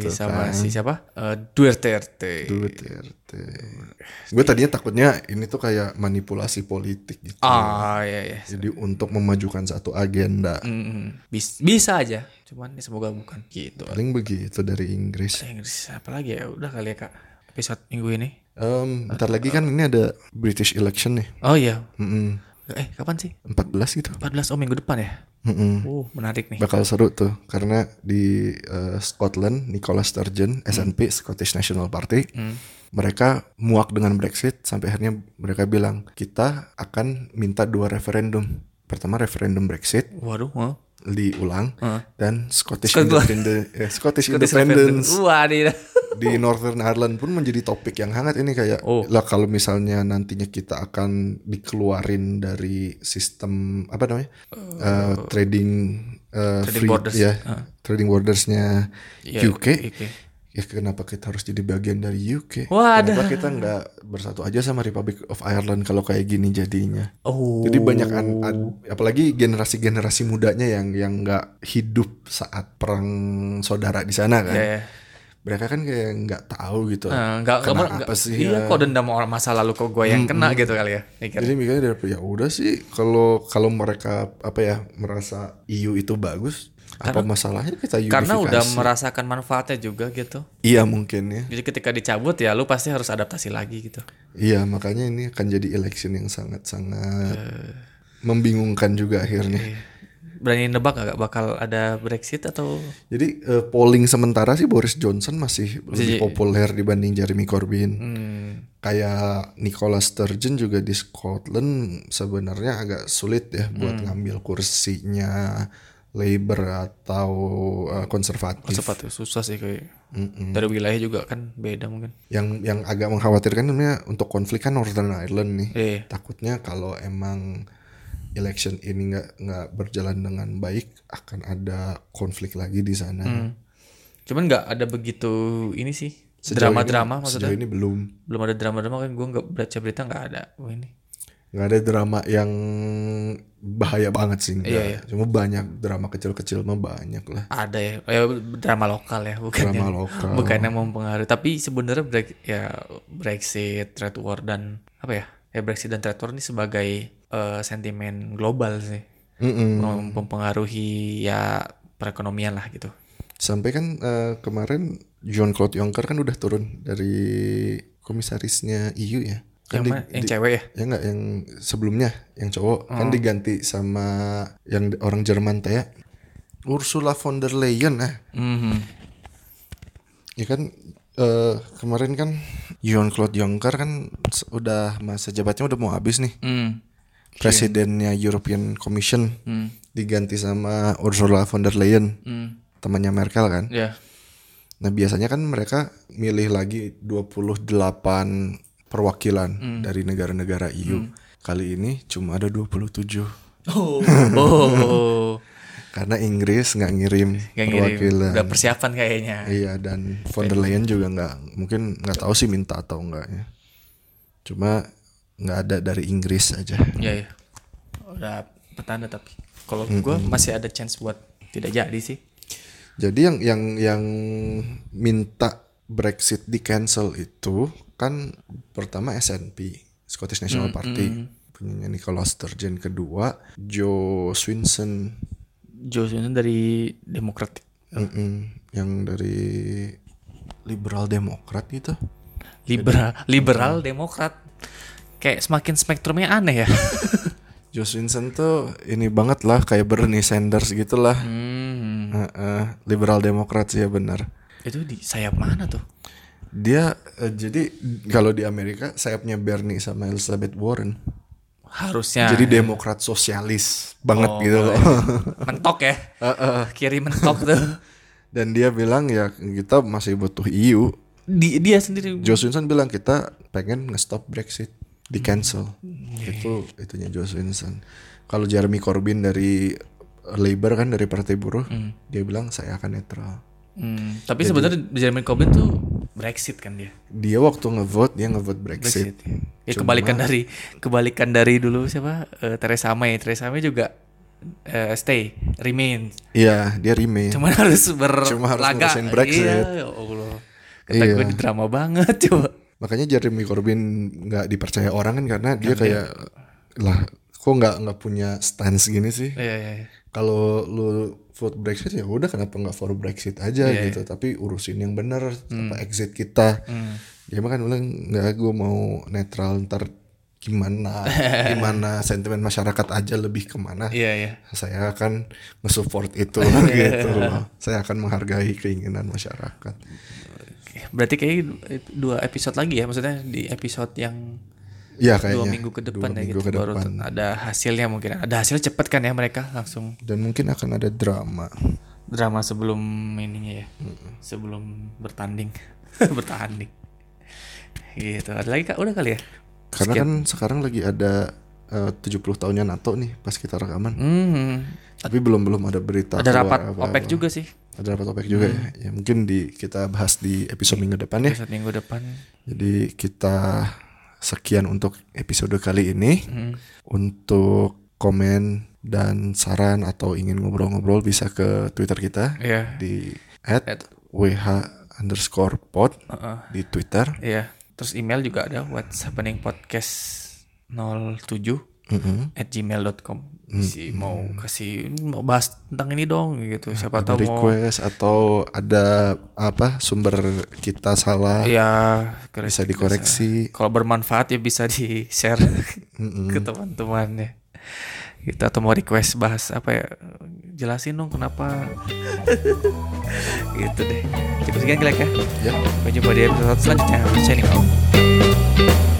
[SPEAKER 1] gitu
[SPEAKER 2] sama
[SPEAKER 1] kan.
[SPEAKER 2] si siapa Eh, Duterte
[SPEAKER 1] Duterte gue tadinya takutnya ini tuh kayak manipulasi politik gitu
[SPEAKER 2] ah iya iya
[SPEAKER 1] jadi untuk memajukan satu agenda
[SPEAKER 2] Mm, bis- bisa aja cuman ya semoga bukan gitu
[SPEAKER 1] paling begitu dari Inggris
[SPEAKER 2] Bahasa Inggris apa lagi ya udah kali ya kak episode minggu ini
[SPEAKER 1] Em, bentar lagi kan ini ada British election nih.
[SPEAKER 2] oh iya
[SPEAKER 1] Mm-mm.
[SPEAKER 2] eh kapan sih
[SPEAKER 1] 14 gitu.
[SPEAKER 2] 14 oh minggu depan ya
[SPEAKER 1] Mm-mm.
[SPEAKER 2] uh menarik nih
[SPEAKER 1] Bakal seru tuh karena di eh, Scotland Nicola Sturgeon SNP Scottish National Party mereka muak dengan Brexit sampai akhirnya mereka bilang kita akan minta dua referendum. Pertama referendum Brexit
[SPEAKER 2] waduh huh?
[SPEAKER 1] diulang
[SPEAKER 2] Heeh.
[SPEAKER 1] dan Scottish
[SPEAKER 2] Scotland.
[SPEAKER 1] Independen- eh, Scottish
[SPEAKER 2] Scottish
[SPEAKER 1] Independence
[SPEAKER 2] referendum. Wadidah.
[SPEAKER 1] di Northern Ireland pun menjadi topik yang hangat ini kayak
[SPEAKER 2] Oh.
[SPEAKER 1] lah kalau misalnya nantinya kita akan dikeluarin dari sistem apa namanya Eh, trading eh,
[SPEAKER 2] Trading
[SPEAKER 1] free-
[SPEAKER 2] borders.
[SPEAKER 1] ya, trading bordersnya
[SPEAKER 2] Iya,
[SPEAKER 1] UK ya kenapa kita harus jadi bagian dari UK
[SPEAKER 2] Wadah.
[SPEAKER 1] kenapa kita nggak bersatu aja sama Republic of Ireland kalau kayak gini jadinya
[SPEAKER 2] oh
[SPEAKER 1] jadi banyak an- an- apalagi generasi-generasi mudanya yang yang nggak hidup saat perang saudara di sana kan
[SPEAKER 2] ya, ya.
[SPEAKER 1] mereka kan kayak nggak tahu gitu
[SPEAKER 2] Eh, nggak-
[SPEAKER 1] kena
[SPEAKER 2] nggak-
[SPEAKER 1] apa sih ya.
[SPEAKER 2] iya kok dendam orang masa lalu kok gue yang kena gitu kali ya mikir
[SPEAKER 1] jadi mikirnya dari ya udah sih kalau kalau mereka apa ya merasa EU itu bagus apa masalahnya kita Iya, unifikasi
[SPEAKER 2] karena udah merasakan manfaatnya juga gitu
[SPEAKER 1] iya mungkin ya
[SPEAKER 2] jadi ketika dicabut ya lu pasti harus adaptasi lagi gitu
[SPEAKER 1] iya makanya ini akan jadi election yang sangat sangat
[SPEAKER 2] Eh.
[SPEAKER 1] membingungkan juga akhirnya
[SPEAKER 2] Iya, berani nebak nggak bakal ada Brexit atau
[SPEAKER 1] jadi eh, polling sementara sih Boris Johnson masih
[SPEAKER 2] Jadi-
[SPEAKER 1] lebih populer dibanding Jeremy Corbyn
[SPEAKER 2] hmm,
[SPEAKER 1] kayak Nicola Sturgeon juga di Scotland sebenarnya agak sulit ya buat
[SPEAKER 2] Hmm.
[SPEAKER 1] ngambil kursinya Labour atau uh, konservatif.
[SPEAKER 2] sepatu susah sih kayak dari wilayah juga kan beda mungkin
[SPEAKER 1] Yang yang agak mengkhawatirkan namanya untuk konflik kan Northern Ireland nih.
[SPEAKER 2] eh
[SPEAKER 1] Takutnya kalau emang election ini nggak nggak berjalan dengan baik akan ada konflik lagi di sana.
[SPEAKER 2] Hmm. cuman nggak ada begitu ini sih
[SPEAKER 1] Sejauh ini-
[SPEAKER 2] drama-drama maksudnya
[SPEAKER 1] Sejauh ini belum.
[SPEAKER 2] belum ada drama-drama kan gue nggak baca berita nggak ada Wah, ini
[SPEAKER 1] nggak ada drama yang bahaya banget sih enggak.
[SPEAKER 2] Iya, iya.
[SPEAKER 1] cuma banyak drama kecil-kecil mah banyak lah
[SPEAKER 2] ada ya, ya drama lokal ya bukan
[SPEAKER 1] drama
[SPEAKER 2] yang-
[SPEAKER 1] lokal
[SPEAKER 2] bukan yang mempengaruhi tapi sebenarnya Brex- ya Brexit trade war dan apa ya ya Brexit dan trade war ini sebagai eh, sentimen global sih
[SPEAKER 1] Mm-mm.
[SPEAKER 2] Mem- mempengaruhi ya perekonomian lah gitu
[SPEAKER 1] sampai kan eh, kemarin John Claude Juncker kan udah turun dari komisarisnya EU ya kan
[SPEAKER 2] yang,
[SPEAKER 1] di-
[SPEAKER 2] mana- Oh. yang
[SPEAKER 1] di-
[SPEAKER 2] cewek ya
[SPEAKER 1] ya nggak yang sebelumnya yang cowok kan diganti sama yang di- orang Jerman teh ya Ursula von der Leyen ah
[SPEAKER 2] Mhm.
[SPEAKER 1] ya kan eh, kemarin kan John Claude Juncker kan se- udah masa jabatannya udah mau habis nih
[SPEAKER 2] Mm.
[SPEAKER 1] presidennya European Commission
[SPEAKER 2] Mm.
[SPEAKER 1] diganti sama Ursula von der Leyen
[SPEAKER 2] Mm.
[SPEAKER 1] temannya Merkel kan
[SPEAKER 2] ya
[SPEAKER 1] nah biasanya kan mereka milih lagi 28 perwakilan
[SPEAKER 2] Hmm.
[SPEAKER 1] dari negara-negara E EU kali ini cuma ada 27
[SPEAKER 2] oh oh
[SPEAKER 1] karena Inggris nggak ngirim
[SPEAKER 2] Gak ngirim,
[SPEAKER 1] perwakilan.
[SPEAKER 2] udah persiapan kayaknya.
[SPEAKER 1] Iya dan von der Leyen juga nggak mungkin nggak tahu sih minta atau enggak ya. Cuma nggak ada dari Inggris aja.
[SPEAKER 2] Iya, iya. Udah petanda tapi kalau gue masih ada chance buat tidak jadi sih.
[SPEAKER 1] Jadi yang yang yang minta Brexit di cancel itu kan pertama SNP Scottish National Party punyanya Nicola Sturgeon kedua Joe Swinson
[SPEAKER 2] Joe Swinson dari Demokrat.
[SPEAKER 1] Mm-mm. yang dari Liberal Demokrat gitu
[SPEAKER 2] Liberal, liberal Demokrat. Kayak semakin spektrumnya aneh ya.
[SPEAKER 1] Joe Swinson tuh ini banget lah kayak Bernie Sanders gitulah
[SPEAKER 2] hmm.
[SPEAKER 1] Heeh, liberal demokrat sih ya benar.
[SPEAKER 2] Itu di sayap mana tuh?
[SPEAKER 1] Dia eh, jadi kalau di Amerika sayapnya Bernie sama Elizabeth Warren.
[SPEAKER 2] Harusnya
[SPEAKER 1] Jadi demokrat sosialis banget
[SPEAKER 2] Oh,
[SPEAKER 1] gitu loh.
[SPEAKER 2] mentok ya. Kiri mentok tuh.
[SPEAKER 1] Dan dia bilang ya kita masih butuh EU.
[SPEAKER 2] Di, dia sendiri
[SPEAKER 1] Joe Swinson bilang kita pengen ngestop Brexit, di cancel. Itu itunya Joe Swinson. Kalau Jeremy Corbyn dari Labour kan dari Partai Buruh, dia bilang saya akan netral.
[SPEAKER 2] Hmm, tapi sebenarnya Jeremy Corbyn tuh Brexit kan dia.
[SPEAKER 1] Dia waktu ngevote dia ngevote Brexit.
[SPEAKER 2] Brexit. Ya kebalikan dari kebalikan dari dulu siapa? Eh, Theresa May. Theresa May juga eh, stay, remain.
[SPEAKER 1] Iya, dia remain.
[SPEAKER 2] Cuman harus berlaga.
[SPEAKER 1] Cuma harus ngurusin Brexit. Iya.
[SPEAKER 2] Iya, ya Allah. Kata gue di drama banget coba.
[SPEAKER 1] makanya Jeremy Corbyn nggak dipercaya orang kan karena dia kayak lah kok nggak nggak punya stance gini sih
[SPEAKER 2] Iya, iya, iya.
[SPEAKER 1] kalau lu vote Brexit ya udah kenapa nggak for Brexit aja
[SPEAKER 2] Iya,
[SPEAKER 1] gitu tapi urusin yang bener
[SPEAKER 2] Hmm.
[SPEAKER 1] apa exit kita dia mah kan bilang nggak gue mau netral ntar gimana gimana sentimen masyarakat aja lebih kemana
[SPEAKER 2] Iya, iya.
[SPEAKER 1] saya akan nge-support itu gitu loh saya akan menghargai keinginan masyarakat
[SPEAKER 2] Oke, Berarti kayak dua episode lagi ya, maksudnya di episode yang
[SPEAKER 1] ya
[SPEAKER 2] dua
[SPEAKER 1] kayaknya
[SPEAKER 2] minggu ke depan
[SPEAKER 1] Dua
[SPEAKER 2] ya
[SPEAKER 1] minggu
[SPEAKER 2] gitu
[SPEAKER 1] ke
[SPEAKER 2] baru
[SPEAKER 1] depan.
[SPEAKER 2] ada hasilnya mungkin. Ada hasil cepet kan ya mereka langsung
[SPEAKER 1] dan mungkin akan ada drama
[SPEAKER 2] drama sebelum ininya ya sebelum bertanding bertanding gitu ada lagi kak udah kali ya
[SPEAKER 1] Karena kan sekarang lagi ada eh, 70 tahunnya NATO nih pas kita rekaman.
[SPEAKER 2] hmm.
[SPEAKER 1] Tapi belum belum ada berita.
[SPEAKER 2] ada
[SPEAKER 1] keluar
[SPEAKER 2] rapat
[SPEAKER 1] apa-apa.
[SPEAKER 2] OPEC juga Hmm. sih
[SPEAKER 1] Ada rapat OPEC juga ya. Ya mungkin di kita bahas di episode minggu depan ya.
[SPEAKER 2] episode minggu depan
[SPEAKER 1] Jadi kita sekian untuk episode kali ini.
[SPEAKER 2] Mm-hmm.
[SPEAKER 1] Untuk komen dan saran atau ingin ngobrol-ngobrol bisa ke Twitter kita
[SPEAKER 2] ya
[SPEAKER 1] di @wh_pod
[SPEAKER 2] Heeh.
[SPEAKER 1] di Twitter.
[SPEAKER 2] Iya. terus email juga ada what's happening podcast 07
[SPEAKER 1] Mm-mm.
[SPEAKER 2] at gmail.com si mau kasih mau bahas tentang ini dong gitu siapa
[SPEAKER 1] Nah, Ada
[SPEAKER 2] tahu mau
[SPEAKER 1] request atau ada apa sumber kita salah
[SPEAKER 2] ya
[SPEAKER 1] bisa dikoreksi
[SPEAKER 2] kalau bermanfaat ya bisa di share ke teman-teman ya gitu atau mau request bahas apa ya jelasin dong kenapa gitu deh cukup sekian kali ya
[SPEAKER 1] ya
[SPEAKER 2] sampai jumpa di episode selanjutnya signing out